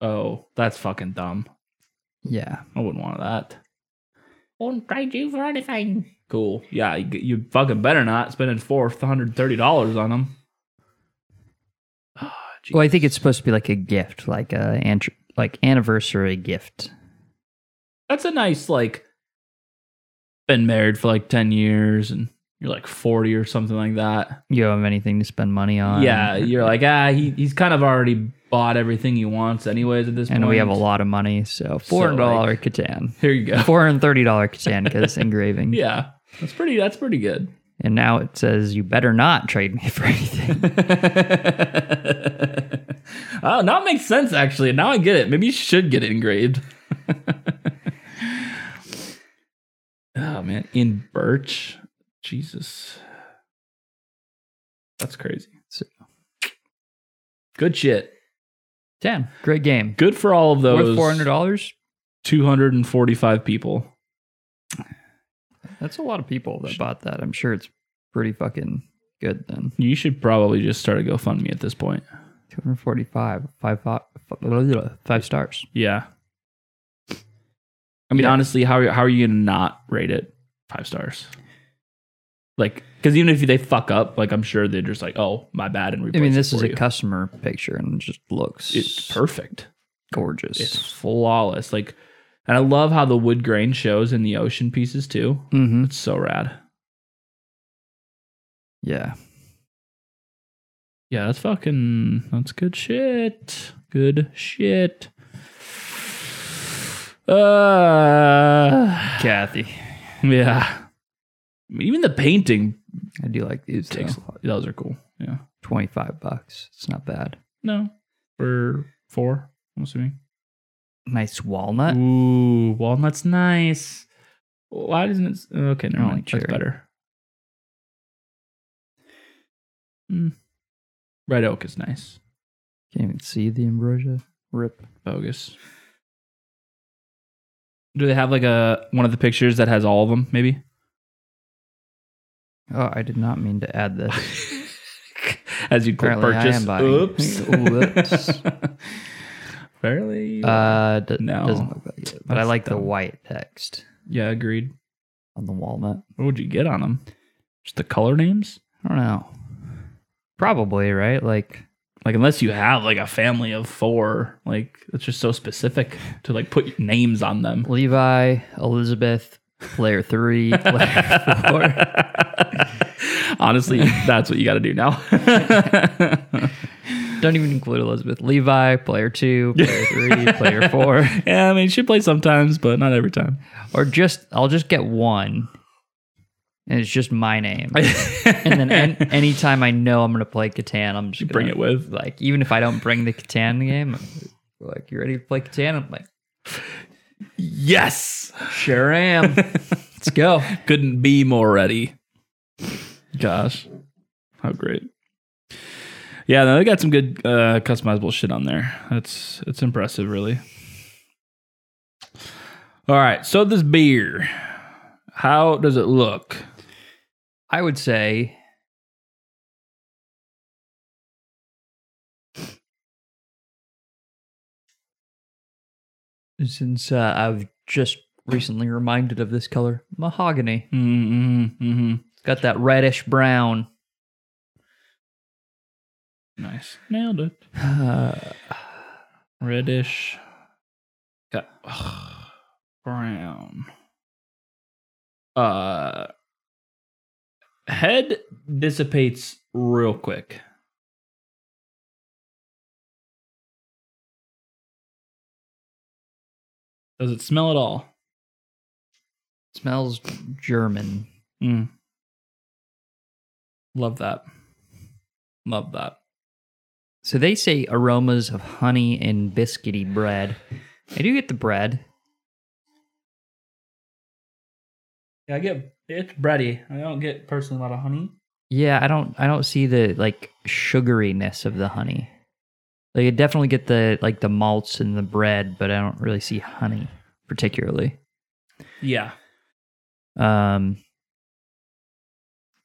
[SPEAKER 1] Oh, that's fucking dumb.
[SPEAKER 2] Yeah.
[SPEAKER 1] I wouldn't want that. Won't trade you for anything. Cool. Yeah, you, you fucking better not spending four hundred thirty dollars on Ah, them.
[SPEAKER 2] Well, I think it's supposed to be like a gift, like a ant- like anniversary gift.
[SPEAKER 1] that's a nice like. Been married for like ten years, and you're like forty or something like that.
[SPEAKER 2] You don't have anything to spend money on.
[SPEAKER 1] yeah, you're like ah, he, he's kind of already bought everything he wants anyways at this point.
[SPEAKER 2] and we have a lot of money, so four hundred dollar
[SPEAKER 1] like-
[SPEAKER 2] Catan,
[SPEAKER 1] Here you go.
[SPEAKER 2] four hundred thirty dollar Catan because engraving.
[SPEAKER 1] Yeah, that's pretty. That's pretty good.
[SPEAKER 2] And now it says you better not trade me for anything.
[SPEAKER 1] oh, now it makes sense actually. Now I get it. Maybe you should get it engraved. oh man, in birch. Jesus. That's crazy.
[SPEAKER 2] So-
[SPEAKER 1] Good shit.
[SPEAKER 2] Damn, great game.
[SPEAKER 1] Good for all of
[SPEAKER 2] Worth
[SPEAKER 1] those
[SPEAKER 2] four hundred dollars.
[SPEAKER 1] 245 people.
[SPEAKER 2] That's a lot of people that bought that. I'm sure it's pretty fucking good then.
[SPEAKER 1] You should probably just start a GoFundMe at this point.
[SPEAKER 2] 245, five, five, five, five stars.
[SPEAKER 1] Yeah. I mean,
[SPEAKER 2] Yeah.
[SPEAKER 1] honestly, how are- how are you gonna not rate it five stars? Like, because even if they fuck up, like I'm sure they're just like, oh, my bad, and
[SPEAKER 2] I
[SPEAKER 1] replace
[SPEAKER 2] mean,
[SPEAKER 1] it
[SPEAKER 2] this is
[SPEAKER 1] for
[SPEAKER 2] a
[SPEAKER 1] you.
[SPEAKER 2] customer picture and it just looks
[SPEAKER 1] It's perfect.
[SPEAKER 2] gorgeous.
[SPEAKER 1] It's flawless. Like, and I love how the wood grain shows in the ocean pieces too.
[SPEAKER 2] mm-hmm.
[SPEAKER 1] It's so rad.
[SPEAKER 2] Yeah.
[SPEAKER 1] Yeah, that's fucking. That's good shit. Good shit. Uh,
[SPEAKER 2] Kathy.
[SPEAKER 1] yeah. I mean, even the painting
[SPEAKER 2] I do like these.
[SPEAKER 1] takes
[SPEAKER 2] though.
[SPEAKER 1] those are cool yeah
[SPEAKER 2] 25 bucks. It's not bad.
[SPEAKER 1] no for four i'm assuming
[SPEAKER 2] Nice walnut.
[SPEAKER 1] ooh walnut's nice why doesn't it s- okay never
[SPEAKER 2] I
[SPEAKER 1] mind
[SPEAKER 2] like
[SPEAKER 1] that's
[SPEAKER 2] Oh, cherry.
[SPEAKER 1] better Mm. red oak is nice
[SPEAKER 2] Can't even see the ambrosia. Rip.
[SPEAKER 1] bogus do they have like a one of the pictures that has all of them maybe
[SPEAKER 2] Oh, I did not mean to add this.
[SPEAKER 1] as you click
[SPEAKER 2] Apparently I
[SPEAKER 1] purchase
[SPEAKER 2] am buying.
[SPEAKER 1] oops
[SPEAKER 2] Oops.
[SPEAKER 1] fairly
[SPEAKER 2] Uh, d-
[SPEAKER 1] No.
[SPEAKER 2] Doesn't look like it. But I
[SPEAKER 1] That's
[SPEAKER 2] like the
[SPEAKER 1] dumb.
[SPEAKER 2] white text
[SPEAKER 1] yeah agreed
[SPEAKER 2] on the walnut.
[SPEAKER 1] What would you get on them? Just the color names?
[SPEAKER 2] I don't know. Probably, right? Like,
[SPEAKER 1] Like unless you have like a family of four, like it's just so specific to like put names on them.
[SPEAKER 2] Levi, Elizabeth, player three, player four.
[SPEAKER 1] Honestly, that's what you got to do now.
[SPEAKER 2] Don't even include Elizabeth. Levi, player two, player three, player four.
[SPEAKER 1] yeah, I mean, she plays sometimes, but not every time.
[SPEAKER 2] Or just, I'll just get one. And it's just my name. and then an- anytime I know I'm going to play Catan, I'm just
[SPEAKER 1] Bring it with.
[SPEAKER 2] Like, even if I don't bring the Catan game, I'm like, you ready to play Catan? I'm like,
[SPEAKER 1] Yes,
[SPEAKER 2] sure am. Let's go.
[SPEAKER 1] couldn't be more ready. Gosh, how great! Yeah, no, they got some good uh, customizable shit on there. That's it's impressive, really. All right, so this beer, how does it look?
[SPEAKER 2] I would say since uh, I've just recently reminded of this color, mahogany.
[SPEAKER 1] Mm-hmm, mm-hmm.
[SPEAKER 2] It's got that reddish brown.
[SPEAKER 1] Nice, nailed it.
[SPEAKER 2] Uh,
[SPEAKER 1] Reddish, got ugh, brown. Uh, head dissipates real quick. Does it smell at all?
[SPEAKER 2] smells German.
[SPEAKER 1] Mm. Love that. Love that.
[SPEAKER 2] So they say aromas of honey and biscuity bread. I do get the bread.
[SPEAKER 1] Yeah, I get it's bready. I don't get personally a lot of honey.
[SPEAKER 2] Yeah, I don't I don't see the like sugariness of the honey. Like I definitely get the like the malts and the bread, but I don't really see honey particularly.
[SPEAKER 1] Yeah.
[SPEAKER 2] Um,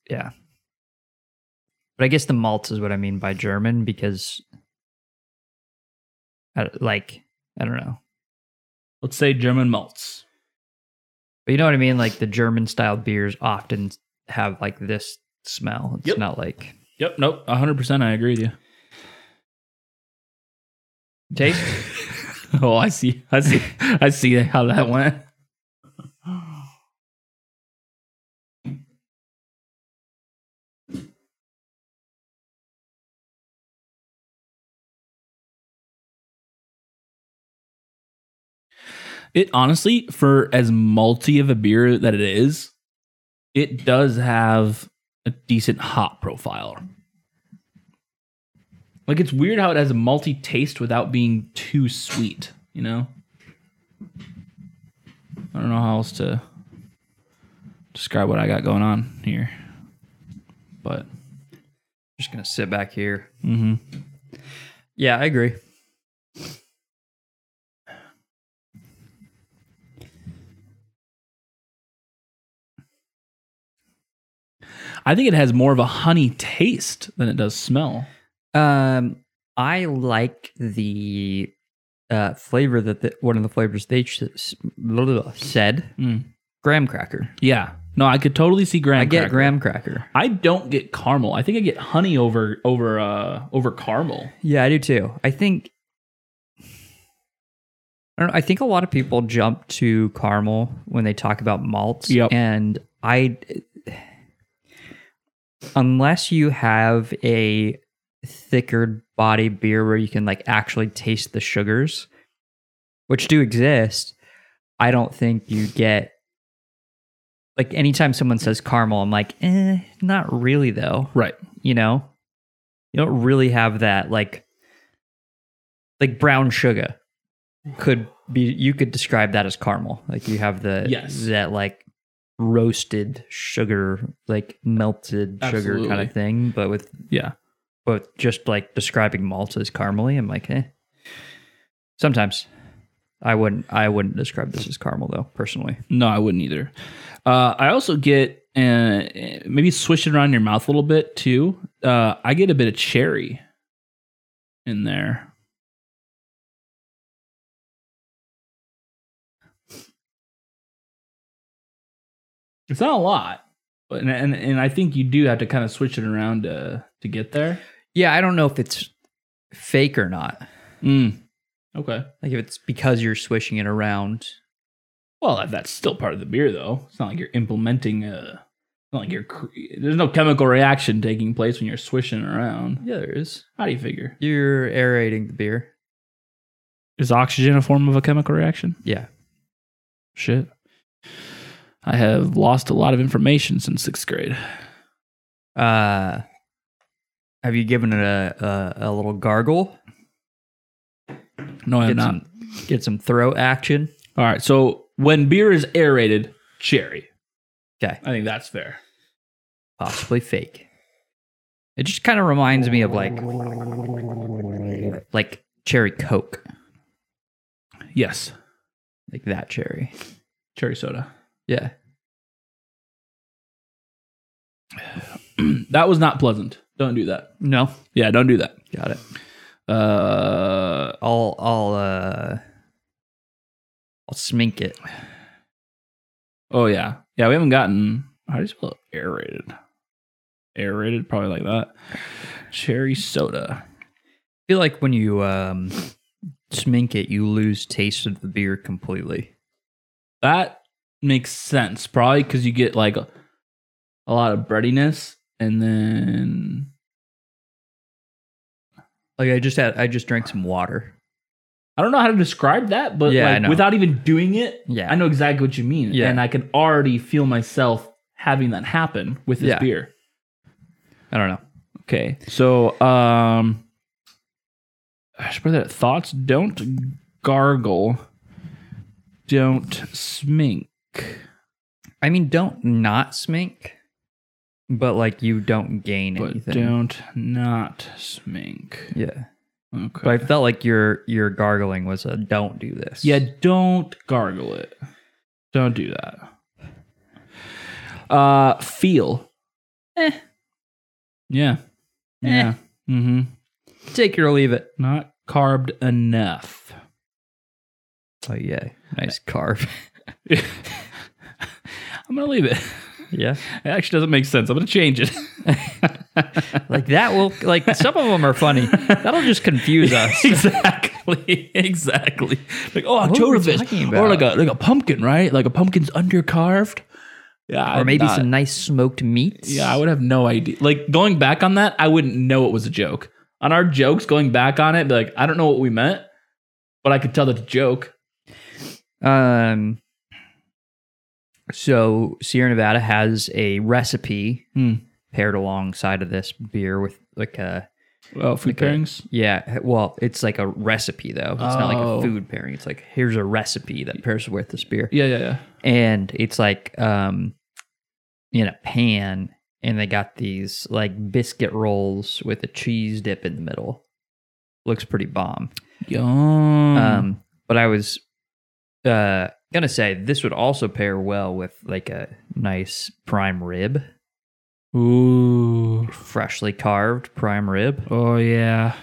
[SPEAKER 2] yeah. But I guess the malts is what I mean by German because, I, like, I don't know.
[SPEAKER 1] Let's say German malts.
[SPEAKER 2] But you know what I mean? Like, the German style beers often have like this smell. It's
[SPEAKER 1] Yep.
[SPEAKER 2] not like
[SPEAKER 1] Yep. Nope. 100%. I agree with you.
[SPEAKER 2] taste.
[SPEAKER 1] oh, I see. I see. I see how that went. It honestly, for as malty of a beer that it is, it does have a decent hop profile. Like it's weird how it has a malty taste without being too sweet, you know? I don't know how else to describe what I got going on here. But
[SPEAKER 2] just going to sit back here.
[SPEAKER 1] mm-hmm.
[SPEAKER 2] Yeah, I agree.
[SPEAKER 1] I think it has more of a honey taste than it does smell.
[SPEAKER 2] Um, I like the uh, flavor that the, one of the flavors they ch- s- blah, blah, blah, said
[SPEAKER 1] Mm.
[SPEAKER 2] graham cracker.
[SPEAKER 1] Yeah. No, I could totally see graham
[SPEAKER 2] I get
[SPEAKER 1] cracker.
[SPEAKER 2] graham cracker.
[SPEAKER 1] I don't get caramel. I think I get honey over over uh over caramel.
[SPEAKER 2] Yeah, I do too. I think I don't know, I think a lot of people jump to caramel when they talk about malts.
[SPEAKER 1] Yep.
[SPEAKER 2] And I unless you have a thicker body beer where you can like actually taste the sugars, which do exist, I don't think you get like anytime someone says caramel, I'm like, eh, not really though
[SPEAKER 1] Right.
[SPEAKER 2] you know you don't really have that like like brown sugar could be you could describe that as caramel like you have the
[SPEAKER 1] Yes.
[SPEAKER 2] that like roasted sugar like melted sugar kind
[SPEAKER 1] Absolutely.
[SPEAKER 2] of thing but with
[SPEAKER 1] Yeah.
[SPEAKER 2] but just like describing malt as caramely i'm like eh sometimes i wouldn't i wouldn't describe this as caramel though personally
[SPEAKER 1] No, I wouldn't either. Uh, I also get uh, maybe swish it around your mouth a little bit too. Uh, I get a bit of cherry in there. It's not a lot, but and and, and I think you do have to kind of switch it around to to get there.
[SPEAKER 2] yeah i don't know if it's fake or not
[SPEAKER 1] Mm. Okay.
[SPEAKER 2] like if it's because you're swishing it around
[SPEAKER 1] Well, that's still part of the beer, though. It's not like you're implementing a. It's not like you're. cre- There's no chemical reaction taking place when you're swishing around.
[SPEAKER 2] yeah there is
[SPEAKER 1] How do you figure?
[SPEAKER 2] You're aerating the beer.
[SPEAKER 1] Is oxygen a form of a chemical reaction?
[SPEAKER 2] Yeah.
[SPEAKER 1] Shit. I have lost a lot of information since sixth grade.
[SPEAKER 2] Uh, have you given it a a, a little gargle?
[SPEAKER 1] No, I have
[SPEAKER 2] Get
[SPEAKER 1] not.
[SPEAKER 2] some get some throat action.
[SPEAKER 1] All right. So when beer is aerated, cherry.
[SPEAKER 2] Okay.
[SPEAKER 1] I think that's fair.
[SPEAKER 2] Possibly fake. It just kind of reminds me of like like cherry coke,
[SPEAKER 1] Yes.
[SPEAKER 2] like that cherry.
[SPEAKER 1] Cherry soda.
[SPEAKER 2] Yeah.
[SPEAKER 1] that was not pleasant. Don't do that.
[SPEAKER 2] No.
[SPEAKER 1] Yeah, don't do that.
[SPEAKER 2] Got it.
[SPEAKER 1] Uh,
[SPEAKER 2] I'll I'll uh I'll smink it.
[SPEAKER 1] Oh yeah, yeah. We haven't gotten how do you spell it? aerated? Aerated, probably like that. Cherry soda.
[SPEAKER 2] I feel like when you um smink it, you lose taste of the beer completely.
[SPEAKER 1] That makes sense, probably because you get like a, a lot of breadiness, and then
[SPEAKER 2] Like I just had I just drank some water.
[SPEAKER 1] I don't know how to describe that, but
[SPEAKER 2] Yeah, I
[SPEAKER 1] like
[SPEAKER 2] know.
[SPEAKER 1] without even doing it,
[SPEAKER 2] Yeah.
[SPEAKER 1] I know exactly what you mean,
[SPEAKER 2] Yeah.
[SPEAKER 1] and I can already feel myself having that happen with this
[SPEAKER 2] Yeah.
[SPEAKER 1] beer.
[SPEAKER 2] I don't know.
[SPEAKER 1] Okay. So, um, I should put that thoughts don't gargle, don't smink.
[SPEAKER 2] I mean, don't not smink, but like you don't gain
[SPEAKER 1] But
[SPEAKER 2] anything.
[SPEAKER 1] don't not smink.
[SPEAKER 2] Yeah,
[SPEAKER 1] Okay.
[SPEAKER 2] but I felt like your your gargling was a don't do this.
[SPEAKER 1] yeah, don't gargle it. Don't do that. Uh, feel.
[SPEAKER 2] Eh.
[SPEAKER 1] Yeah.
[SPEAKER 2] Eh.
[SPEAKER 1] Yeah. Mm-hmm.
[SPEAKER 2] Take it or leave it.
[SPEAKER 1] Not carved enough.
[SPEAKER 2] Oh yeah, nice carve.
[SPEAKER 1] I'm gonna leave it.
[SPEAKER 2] yeah,
[SPEAKER 1] It actually doesn't make sense. I'm gonna change it.
[SPEAKER 2] like that will like some of them are funny. That'll just confuse us.
[SPEAKER 1] exactly. Exactly. Like oh,
[SPEAKER 2] What are we
[SPEAKER 1] Oktoberfest,
[SPEAKER 2] talking
[SPEAKER 1] or
[SPEAKER 2] about?
[SPEAKER 1] like a like a pumpkin, right? Like a pumpkin's undercarved. Yeah.
[SPEAKER 2] or
[SPEAKER 1] I'm
[SPEAKER 2] maybe
[SPEAKER 1] not-
[SPEAKER 2] some nice smoked meats.
[SPEAKER 1] Yeah, I would have no idea. Like going back on that, I wouldn't know it was a joke. On our jokes, going back on it, be like I don't know what we meant, but I could tell that it's a joke.
[SPEAKER 2] Um. So Sierra Nevada has a recipe
[SPEAKER 1] Hmm.
[SPEAKER 2] paired alongside of this beer with like a
[SPEAKER 1] Well, food
[SPEAKER 2] Okay.
[SPEAKER 1] Oh, pairings.
[SPEAKER 2] yeah. Well, it's like a recipe though. It's not like
[SPEAKER 1] Oh.
[SPEAKER 2] a food pairing. It's like here's a recipe that pairs with this beer.
[SPEAKER 1] Yeah, yeah, yeah.
[SPEAKER 2] and it's like um in a pan and they got these like biscuit rolls with a cheese dip in the middle looks pretty bomb
[SPEAKER 1] Yum.
[SPEAKER 2] um but i was uh gonna say this would also pair well with like a nice prime rib
[SPEAKER 1] Ooh.
[SPEAKER 2] freshly carved prime rib
[SPEAKER 1] Oh yeah.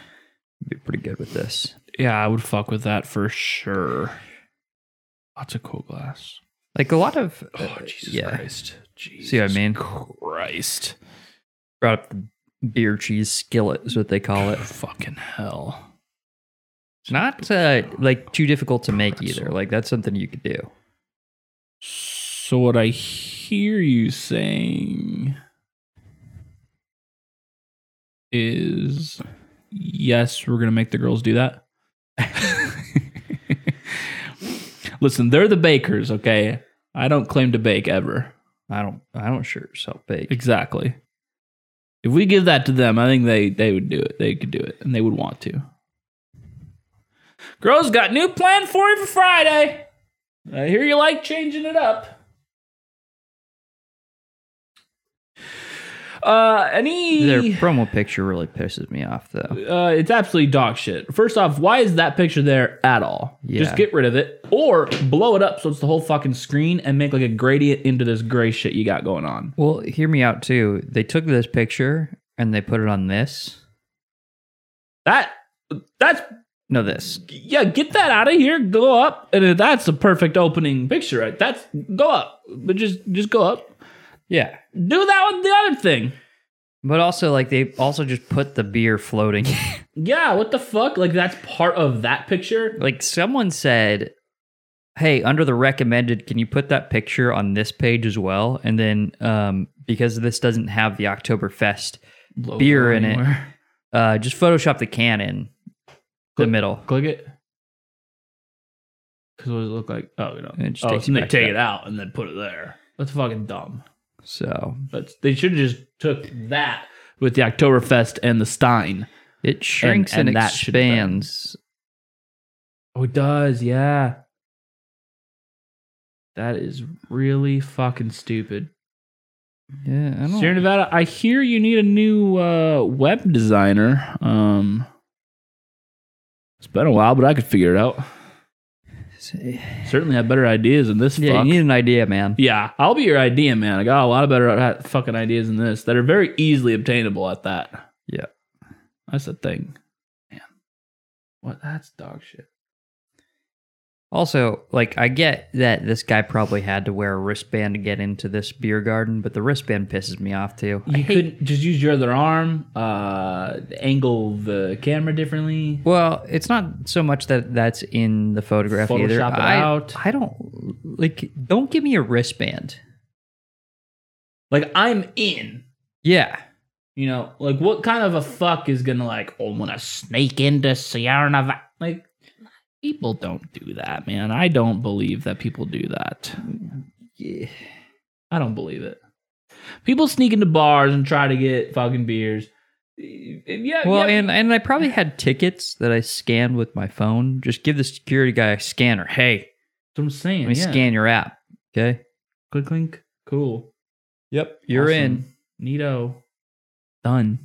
[SPEAKER 2] be pretty good with this
[SPEAKER 1] Yeah, I would fuck with that for sure. Lots of cool glass.
[SPEAKER 2] like a lot of
[SPEAKER 1] Oh
[SPEAKER 2] uh,
[SPEAKER 1] Jesus
[SPEAKER 2] yeah
[SPEAKER 1] Christ. Jesus
[SPEAKER 2] see what i mean
[SPEAKER 1] Christ.
[SPEAKER 2] brought up the beer cheese skillet is what they call it
[SPEAKER 1] Fucking hell.
[SPEAKER 2] not uh, like too difficult to make either. Like that's something you could do.
[SPEAKER 1] So what I hear you saying is yes, we're gonna make the girls do that. Listen, they're the bakers, okay? I don't claim to bake ever.
[SPEAKER 2] I don't. I don't sure self bake.
[SPEAKER 1] Exactly. If we give that to them, I think they they would do it. They could do it, and they would want to. Girls got new plan for you for Friday. I hear you like changing it up. Uh, any
[SPEAKER 2] Their promo picture really pisses me off though.
[SPEAKER 1] uh, it's absolutely dog shit. First off, why is that picture there at all?
[SPEAKER 2] Yeah.
[SPEAKER 1] Just get rid of it or blow it up so it's the whole fucking screen and make like a gradient into this gray shit you got going on.
[SPEAKER 2] Well, hear me out too. They took this picture and they put it on this.
[SPEAKER 1] That that's
[SPEAKER 2] No, this.
[SPEAKER 1] yeah, get that out of here. Go up, and that's a perfect opening picture. Right? That's go up, but just just go up.
[SPEAKER 2] Yeah,
[SPEAKER 1] Do that with the other thing.
[SPEAKER 2] but also like they also just put the beer floating.
[SPEAKER 1] Yeah, what the fuck? Like that's part of that picture.
[SPEAKER 2] like someone said, "Hey, under the recommended, can you put that picture on this page as well?" And then um, because this doesn't have the Oktoberfest Beer in it. Uh, just Photoshop the can in the
[SPEAKER 1] Cool.
[SPEAKER 2] middle.
[SPEAKER 1] Click it. Cause what does it look like? Oh, you know.
[SPEAKER 2] And it just
[SPEAKER 1] oh,
[SPEAKER 2] takes
[SPEAKER 1] so
[SPEAKER 2] you
[SPEAKER 1] they
[SPEAKER 2] back
[SPEAKER 1] take
[SPEAKER 2] up.
[SPEAKER 1] it out and then put it there. That's fucking dumb.
[SPEAKER 2] So
[SPEAKER 1] But they should have just took that with the Oktoberfest and the Stein.
[SPEAKER 2] it shrinks and,
[SPEAKER 1] and that should have been-
[SPEAKER 2] expands.
[SPEAKER 1] Oh, it does. Yeah. That is really fucking stupid.
[SPEAKER 2] Yeah, I don't.
[SPEAKER 1] Sierra Nevada, I hear you need a new uh, web designer. Um, it's been a while, but I could figure it out. Certainly have better ideas than this
[SPEAKER 2] yeah,
[SPEAKER 1] fuck.
[SPEAKER 2] you need an idea, man.
[SPEAKER 1] yeah, I'll be your idea, man. I got a lot of better i- fucking ideas than this that are very easily obtainable at that.
[SPEAKER 2] Yeah.
[SPEAKER 1] That's the thing. Man. What? That's dog shit.
[SPEAKER 2] Also, like I get that this guy probably had to wear a wristband to get into this beer garden, but the wristband pisses me off too. I
[SPEAKER 1] You
[SPEAKER 2] hate-
[SPEAKER 1] couldn't just use your other arm, uh, angle the camera differently.
[SPEAKER 2] Well, it's not so much that that's in the photograph either.
[SPEAKER 1] Photoshop it
[SPEAKER 2] I,
[SPEAKER 1] out.
[SPEAKER 2] I don't like. Don't give me a wristband.
[SPEAKER 1] Like I'm in.
[SPEAKER 2] Yeah,
[SPEAKER 1] You know, like what kind of a fuck is gonna like? Oh, I'm gonna sneak into Sierra Nevada. Like people don't do that, man. I don't believe that people do that.
[SPEAKER 2] Yeah.
[SPEAKER 1] I don't believe it. People sneak into bars and try to get fucking beers. Yeah.
[SPEAKER 2] Well,
[SPEAKER 1] yeah.
[SPEAKER 2] and and I probably had tickets that I scanned with my phone. Just give the security guy a scanner. Hey,
[SPEAKER 1] that's what I'm saying.
[SPEAKER 2] let me
[SPEAKER 1] yeah.
[SPEAKER 2] scan your app. Okay.
[SPEAKER 1] Click, clink. Cool.
[SPEAKER 2] Yep. You're
[SPEAKER 1] Awesome.
[SPEAKER 2] in.
[SPEAKER 1] Neato.
[SPEAKER 2] Done.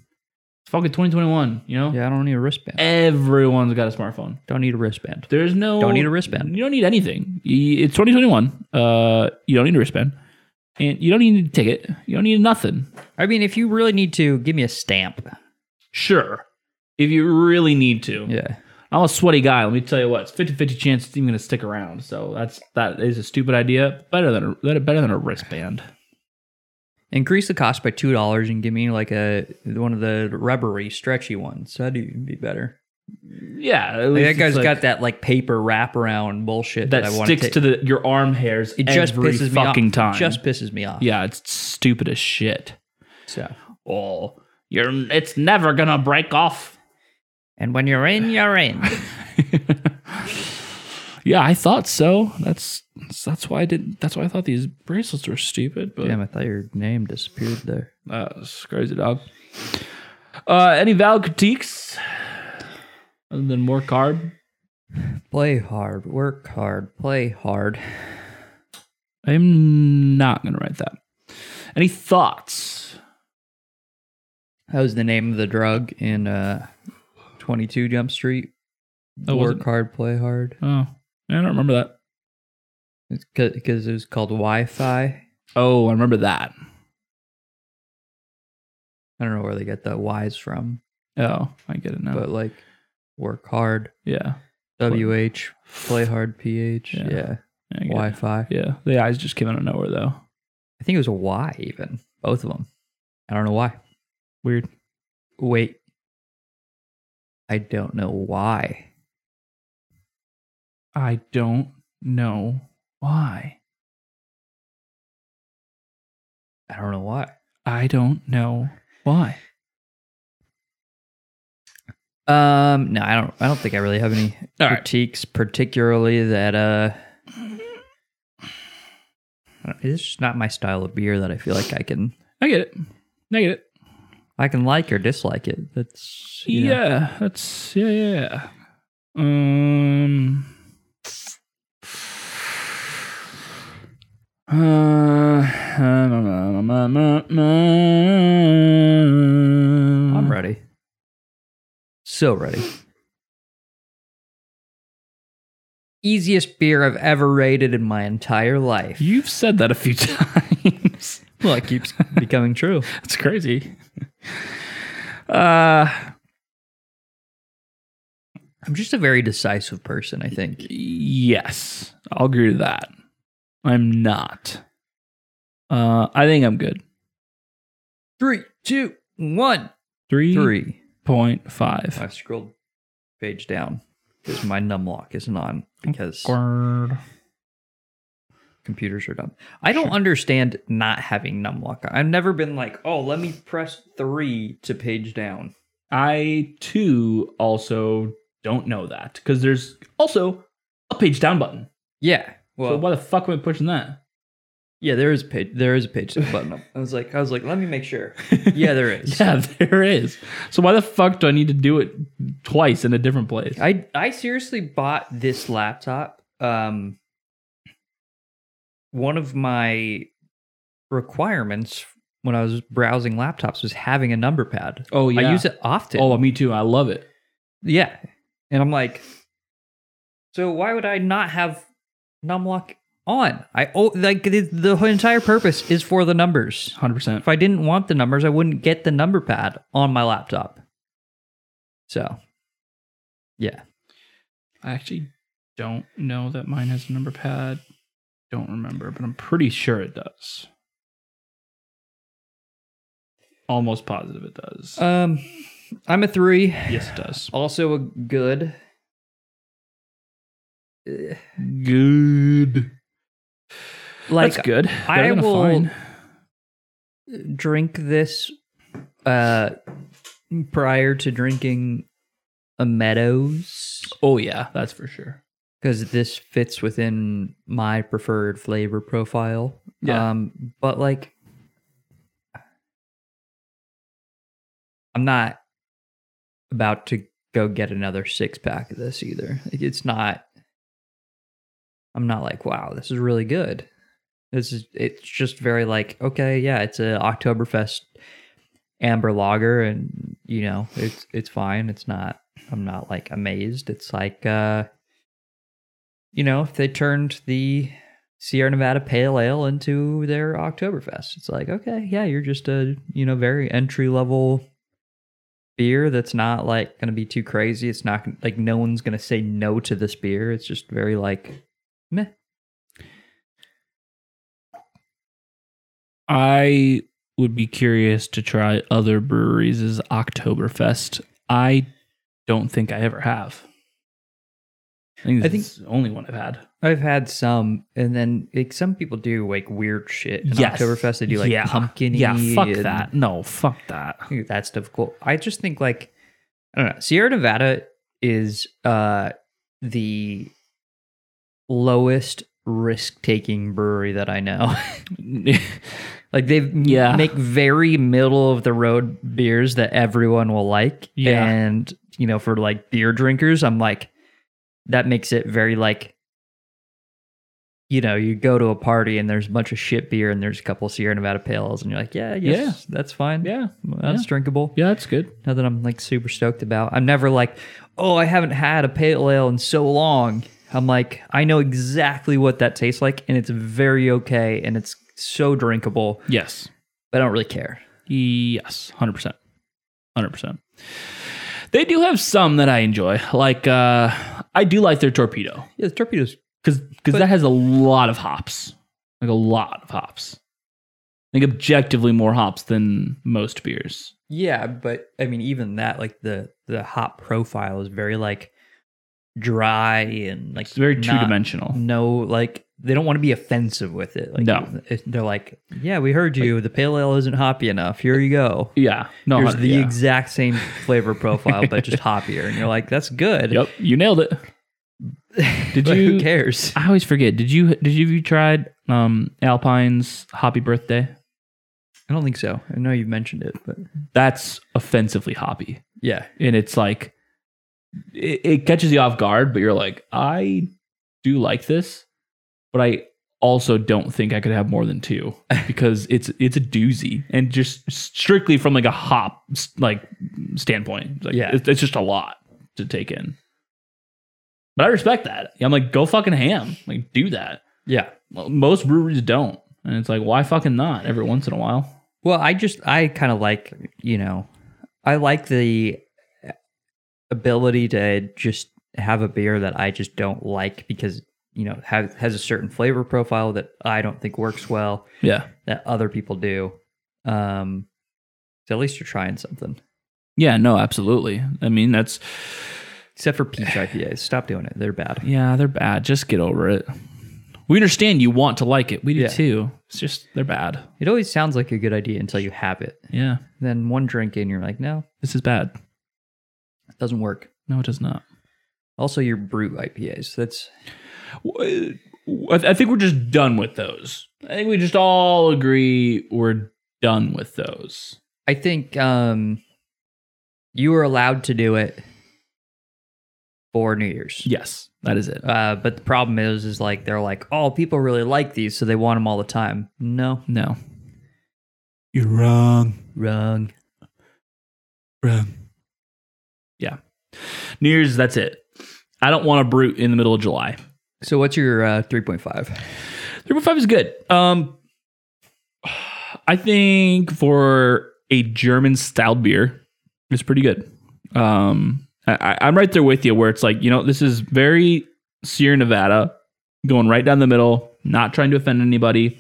[SPEAKER 1] It's fucking 2021, you know?
[SPEAKER 2] Yeah, I don't need a wristband.
[SPEAKER 1] Everyone's got a smartphone.
[SPEAKER 2] Don't need a wristband.
[SPEAKER 1] There's no
[SPEAKER 2] Don't need a wristband.
[SPEAKER 1] You don't need anything. Y- It's 2021. Uh, you don't need a wristband, and you don't need a ticket. You don't need nothing.
[SPEAKER 2] I mean, if you really need to, give me a stamp.
[SPEAKER 1] Sure, if you really need to.
[SPEAKER 2] Yeah.
[SPEAKER 1] I'm a sweaty guy. Let me tell you what. It's 50-50 chance it's even going to stick around. So that's that is a stupid idea. Better than a that- better than a wristband.
[SPEAKER 2] Increase the cost by two dollars and give me like a one of the rubbery, stretchy ones. That'd even be better.
[SPEAKER 1] Yeah, at
[SPEAKER 2] Like,
[SPEAKER 1] least
[SPEAKER 2] that
[SPEAKER 1] it's
[SPEAKER 2] guy's
[SPEAKER 1] like-
[SPEAKER 2] got that like paper wraparound bullshit that,
[SPEAKER 1] that
[SPEAKER 2] I want
[SPEAKER 1] sticks
[SPEAKER 2] take.
[SPEAKER 1] to the your arm hairs.
[SPEAKER 2] It just
[SPEAKER 1] every
[SPEAKER 2] pisses
[SPEAKER 1] fucking
[SPEAKER 2] me off.
[SPEAKER 1] time.
[SPEAKER 2] Just pisses me off.
[SPEAKER 1] yeah, it's stupid as shit.
[SPEAKER 2] So.
[SPEAKER 1] Oh, you're it's never gonna break off.
[SPEAKER 2] And when you're in, you're in.
[SPEAKER 1] Yeah, I thought so. That's that's why I did. That's why I thought these bracelets were stupid. But
[SPEAKER 2] Damn, I thought your name disappeared there.
[SPEAKER 1] that's crazy, dog. Uh, any valid critiques other than more carb?
[SPEAKER 2] Play hard, work hard, play hard.
[SPEAKER 1] I'm not gonna write that. Any thoughts?
[SPEAKER 2] That was the name of the drug in uh, 22 Jump Street.
[SPEAKER 1] Oh, was
[SPEAKER 2] work hard, play hard.
[SPEAKER 1] Oh, I don't remember that.
[SPEAKER 2] It's because it was called Wi-Fi.
[SPEAKER 1] Oh, I remember that.
[SPEAKER 2] I don't know where they get the Y's from,
[SPEAKER 1] Oh, I get it now.
[SPEAKER 2] but like work hard,
[SPEAKER 1] yeah,
[SPEAKER 2] WH, play hard, PH.
[SPEAKER 1] Yeah.
[SPEAKER 2] Yeah,
[SPEAKER 1] I get it.
[SPEAKER 2] Wi-Fi.
[SPEAKER 1] Yeah, the eyes just came out of nowhere though.
[SPEAKER 2] I think it was a Y even, both of them. I don't know why.
[SPEAKER 1] Weird.
[SPEAKER 2] Wait. I don't know why.
[SPEAKER 1] I don't know why.
[SPEAKER 2] I don't know why.
[SPEAKER 1] I don't know why.
[SPEAKER 2] Um, no, I don't. I don't think I really have any
[SPEAKER 1] All right.
[SPEAKER 2] critiques, particularly that. Uh, I don't- it's just not my style of beer that I feel like I can.
[SPEAKER 1] I get it. I get it.
[SPEAKER 2] I can like or dislike it. That's you know.
[SPEAKER 1] Yeah, that's yeah, yeah. yeah. Um. Uh, I'm
[SPEAKER 2] I'm ready. So ready. Easiest beer I've ever rated in my entire life.
[SPEAKER 1] You've said that a few times.
[SPEAKER 2] Well, it keeps becoming true.
[SPEAKER 1] It's crazy. Uh,
[SPEAKER 2] I'm just a very decisive person, I think.
[SPEAKER 1] yes, I'll agree to that. I'm not. Uh, I think I'm good.
[SPEAKER 2] Three, two, one,
[SPEAKER 1] Three
[SPEAKER 2] three.
[SPEAKER 1] point five.
[SPEAKER 2] I scrolled page down because my numlock isn't on because
[SPEAKER 1] Awkward.
[SPEAKER 2] computers are dumb. I don't understand not having numlock. I've never been like, oh, let me press three to page down.
[SPEAKER 1] I too also don't know that because there's also a page down button.
[SPEAKER 2] Yeah.
[SPEAKER 1] so
[SPEAKER 2] Well,
[SPEAKER 1] why the fuck am I pushing that?
[SPEAKER 2] yeah, there is a page. There is a page down button. I was like, I was like, let me make sure. Yeah, there is.
[SPEAKER 1] Yeah, there is. So why the fuck do I need to do it twice in a different place?
[SPEAKER 2] I I seriously bought this laptop. Um, one of my requirements when I was browsing laptops was having a number pad.
[SPEAKER 1] oh
[SPEAKER 2] I use it often.
[SPEAKER 1] Oh, me too. I love it.
[SPEAKER 2] yeah, and I'm like, so why would I not have numlock on? I oh like the, the entire purpose is for the numbers.
[SPEAKER 1] Hundred percent.
[SPEAKER 2] If I didn't want the numbers, I wouldn't get the number pad on my laptop. So, yeah.
[SPEAKER 1] I actually don't know that mine has a number pad. Don't remember, but I'm pretty sure it does. Almost positive it does.
[SPEAKER 2] Um, I'm a three.
[SPEAKER 1] yes, it does.
[SPEAKER 2] Also a good. Eh,
[SPEAKER 1] Good.
[SPEAKER 2] Like
[SPEAKER 1] That's good.
[SPEAKER 2] I
[SPEAKER 1] Better than a
[SPEAKER 2] will-
[SPEAKER 1] fine.
[SPEAKER 2] drink this uh prior to drinking a Meadows
[SPEAKER 1] Oh yeah, that's for sure.
[SPEAKER 2] because this fits within my preferred flavor profile.
[SPEAKER 1] Yeah.
[SPEAKER 2] Um, but like, I'm not about to go get another six pack of this either. Like, It's not. I'm not like, wow, this is really good. This is. It's just very like, okay, yeah, it's a Oktoberfest amber lager and you know it's it's fine it's not i'm not like amazed it's like uh you know if they turned the sierra nevada pale ale into their oktoberfest it's like okay yeah you're just a you know very entry level beer that's not like going to be too crazy it's not gonna- like no one's going to say no to this beer it's just very like meh
[SPEAKER 1] I would be curious to try other breweries' Oktoberfest. I don't think I ever have. I think
[SPEAKER 2] I
[SPEAKER 1] this is the only one I've had.
[SPEAKER 2] I've had some, and then like some people do like weird shit. In
[SPEAKER 1] Yes.
[SPEAKER 2] Oktoberfest, they do like
[SPEAKER 1] Yeah.
[SPEAKER 2] pumpkin.
[SPEAKER 1] Yeah, fuck that. No, fuck that.
[SPEAKER 2] That stuff cool. I just think like I don't know. Sierra Nevada is uh the lowest risk taking brewery that I know. like they
[SPEAKER 1] Yeah.
[SPEAKER 2] make very middle of the road beers that everyone will like.
[SPEAKER 1] Yeah.
[SPEAKER 2] And you know, for like beer drinkers, I'm like that makes it very like you know, you go to a party and there's a bunch of shit beer and there's a couple Sierra Nevada pale ales and you're like, yeah, yes, that's fine.
[SPEAKER 1] yeah,
[SPEAKER 2] That's drinkable.
[SPEAKER 1] yeah, that's good.
[SPEAKER 2] Not that I'm like super stoked about. I'm never like, oh, I haven't had a pale ale in so long. I'm like, I know exactly what that tastes like, and it's very okay, and it's so drinkable.
[SPEAKER 1] Yes,
[SPEAKER 2] But I don't really care.
[SPEAKER 1] yes, hundred percent, hundred percent. They do have some that I enjoy. Like uh I do like their torpedo
[SPEAKER 2] Yeah, the torpedoes.
[SPEAKER 1] because because
[SPEAKER 2] But-
[SPEAKER 1] that has a lot of hops, like a lot of hops. Like objectively more hops than most beers.
[SPEAKER 2] Yeah, but I mean, even that, like the the hop profile is very like dry and like
[SPEAKER 1] It's very two
[SPEAKER 2] not-
[SPEAKER 1] dimensional.
[SPEAKER 2] No, like they don't want to be offensive with it. Like,
[SPEAKER 1] No.
[SPEAKER 2] it- they're like, yeah, we heard you. The pale ale isn't hoppy enough. Here you go.
[SPEAKER 1] Yeah, no,
[SPEAKER 2] Here's the
[SPEAKER 1] yeah.
[SPEAKER 2] exact same flavor profile, but just hoppier. And you're like, that's good.
[SPEAKER 1] yep, you nailed it. Did
[SPEAKER 2] But
[SPEAKER 1] you?
[SPEAKER 2] who cares?
[SPEAKER 1] I always forget. Did you? Did you? Have you tried um Alpine's Hoppy Birthday?
[SPEAKER 2] I don't think so. I know you mentioned it, but
[SPEAKER 1] That's offensively hoppy.
[SPEAKER 2] yeah.
[SPEAKER 1] and it's like it, it catches you off guard but you're like i do like this but i also don't think i could have more than two because it's it's a doozy and just strictly from like a hop s- like standpoint It's like
[SPEAKER 2] Yeah.
[SPEAKER 1] it's, it's just a lot to take in but i respect that i'm like go fucking ham like do that
[SPEAKER 2] Yeah.
[SPEAKER 1] Well, most breweries don't and it's like why fucking not every once in a while
[SPEAKER 2] Well, I just, I kind of like, you know, I like the ability to just have a beer that I just don't like because, you know, have, has a certain flavor profile that I don't think works well
[SPEAKER 1] yeah
[SPEAKER 2] that other people do. Um, so at least you're trying something.
[SPEAKER 1] yeah no absolutely i mean that's
[SPEAKER 2] Except for peach IPAs. Stop doing it. They're bad.
[SPEAKER 1] Yeah, they're bad. Just get over it. We understand you want to like it. We do
[SPEAKER 2] Yeah.
[SPEAKER 1] too. It's just they're bad.
[SPEAKER 2] It always sounds like a good idea until you have it.
[SPEAKER 1] Yeah,
[SPEAKER 2] Then one drink in, you're like, no,
[SPEAKER 1] this is bad.
[SPEAKER 2] it doesn't work.
[SPEAKER 1] No, it does not.
[SPEAKER 2] Also, your brew IPAs. That's
[SPEAKER 1] W- I th- I think we're just done with those. I think we just all agree we're done with those.
[SPEAKER 2] I think um, you were allowed to do it for New Year's.
[SPEAKER 1] Yes, that is it.
[SPEAKER 2] Uh, but the problem is, is like they're like, oh, people really like these, so they want them all the time. No,
[SPEAKER 1] No, you're wrong,
[SPEAKER 2] wrong.
[SPEAKER 1] wrong. Yeah, New Year's. That's it. I don't want a brute in the middle of July.
[SPEAKER 2] So what's your uh, three point five?
[SPEAKER 1] Three point five is good. Um, I think for a German style beer, it's pretty good. Um, I, I, I'm right there with you, where it's like you know this is very Sierra Nevada, going right down the middle, not trying to offend anybody.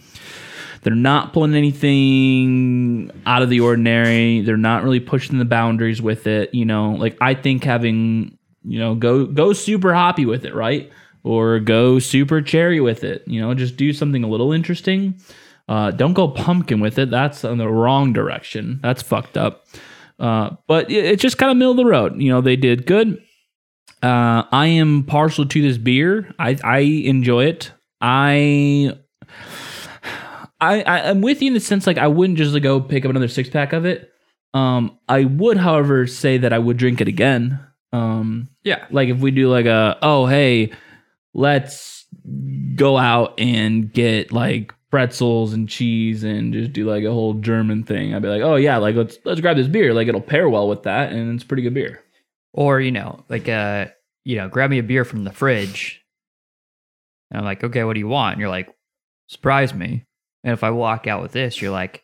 [SPEAKER 1] They're not pulling anything out of the ordinary. They're not really pushing the boundaries with it. You know, like I think having you know go go super hoppy with it, right? Or go super cherry with it. You know, just do something a little interesting. Uh, don't go pumpkin with it. That's in the wrong direction. That's fucked up. Uh, but it, it's just kind of middle of the road. You know, they did good. Uh, I am partial to this beer. I I enjoy it. I. I, I I'm with you in the sense like I wouldn't just like, go pick up another six pack of it. Um, I would, however, say that I would drink it again. Um,
[SPEAKER 2] Yeah,
[SPEAKER 1] like if we do like a oh hey, let's go out and get like pretzels and cheese and just do like a whole German thing. I'd be like, oh yeah, like let's let's grab this beer. Like it'll pair well with that, and it's pretty good beer.
[SPEAKER 2] Or, you know, like, uh, you know, grab me a beer from the fridge. And I'm like, okay, what do you want? And you're like, surprise me. And if I walk out with this, you're like,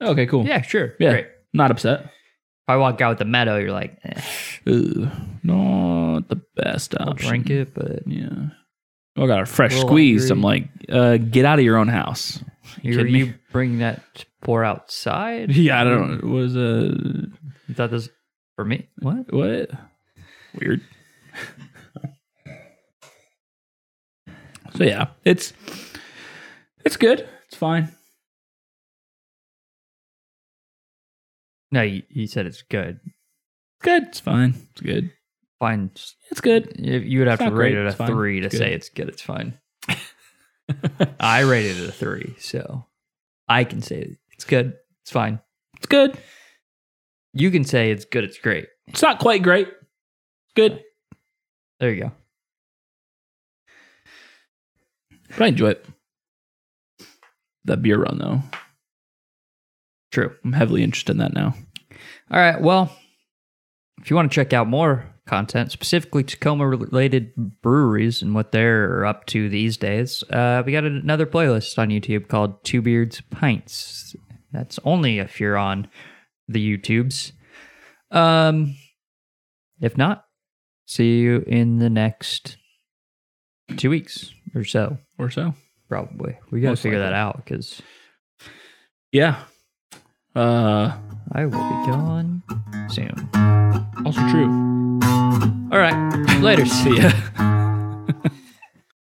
[SPEAKER 1] Okay, cool.
[SPEAKER 2] yeah, sure.
[SPEAKER 1] Yeah.
[SPEAKER 2] Great. If
[SPEAKER 1] Not upset.
[SPEAKER 2] I walk out with the meadow, you're like, eh,
[SPEAKER 1] Ooh, not the best
[SPEAKER 2] I'll
[SPEAKER 1] option.
[SPEAKER 2] drink it, but
[SPEAKER 1] Yeah. Oh, I got a fresh
[SPEAKER 2] Little
[SPEAKER 1] squeeze. I'm
[SPEAKER 2] hungry.
[SPEAKER 1] like, uh, get out of your own house. You
[SPEAKER 2] you,
[SPEAKER 1] kidding me?
[SPEAKER 2] you bring that pour outside?
[SPEAKER 1] Yeah, I don't know. What is a
[SPEAKER 2] You thought this for me? What?
[SPEAKER 1] what? Weird. so yeah, it's it's good. It's fine.
[SPEAKER 2] No, you, you said it's good.
[SPEAKER 1] It's good. It's fine. It's good.
[SPEAKER 2] Fine. S-
[SPEAKER 1] It's good.
[SPEAKER 2] You, you would have
[SPEAKER 1] It's
[SPEAKER 2] to
[SPEAKER 1] not
[SPEAKER 2] rate
[SPEAKER 1] great,
[SPEAKER 2] it a
[SPEAKER 1] it's fine,
[SPEAKER 2] three
[SPEAKER 1] it's
[SPEAKER 2] to
[SPEAKER 1] good.
[SPEAKER 2] say it's good. It's fine. I rated it a three, so I can say it's good. It's fine.
[SPEAKER 1] It's good.
[SPEAKER 2] You can say it's good. It's great.
[SPEAKER 1] It's not quite great. Good.
[SPEAKER 2] There you go.
[SPEAKER 1] But I enjoy it. That beer run though.
[SPEAKER 2] True.
[SPEAKER 1] I'm heavily interested in that now.
[SPEAKER 2] All right. Well, if you want to check out more content, specifically Tacoma related breweries and what they're up to these days, uh, we got another playlist on YouTube called Two Beards Pints. That's only if you're on the YouTubes. Um, if not, see you in the next two weeks or so,
[SPEAKER 1] Or so.
[SPEAKER 2] probably. We got to
[SPEAKER 1] Most
[SPEAKER 2] figure
[SPEAKER 1] likely.
[SPEAKER 2] that out because
[SPEAKER 1] Yeah. Uh
[SPEAKER 2] I will be gone soon.
[SPEAKER 1] also true.
[SPEAKER 2] All right. Later.
[SPEAKER 1] See ya.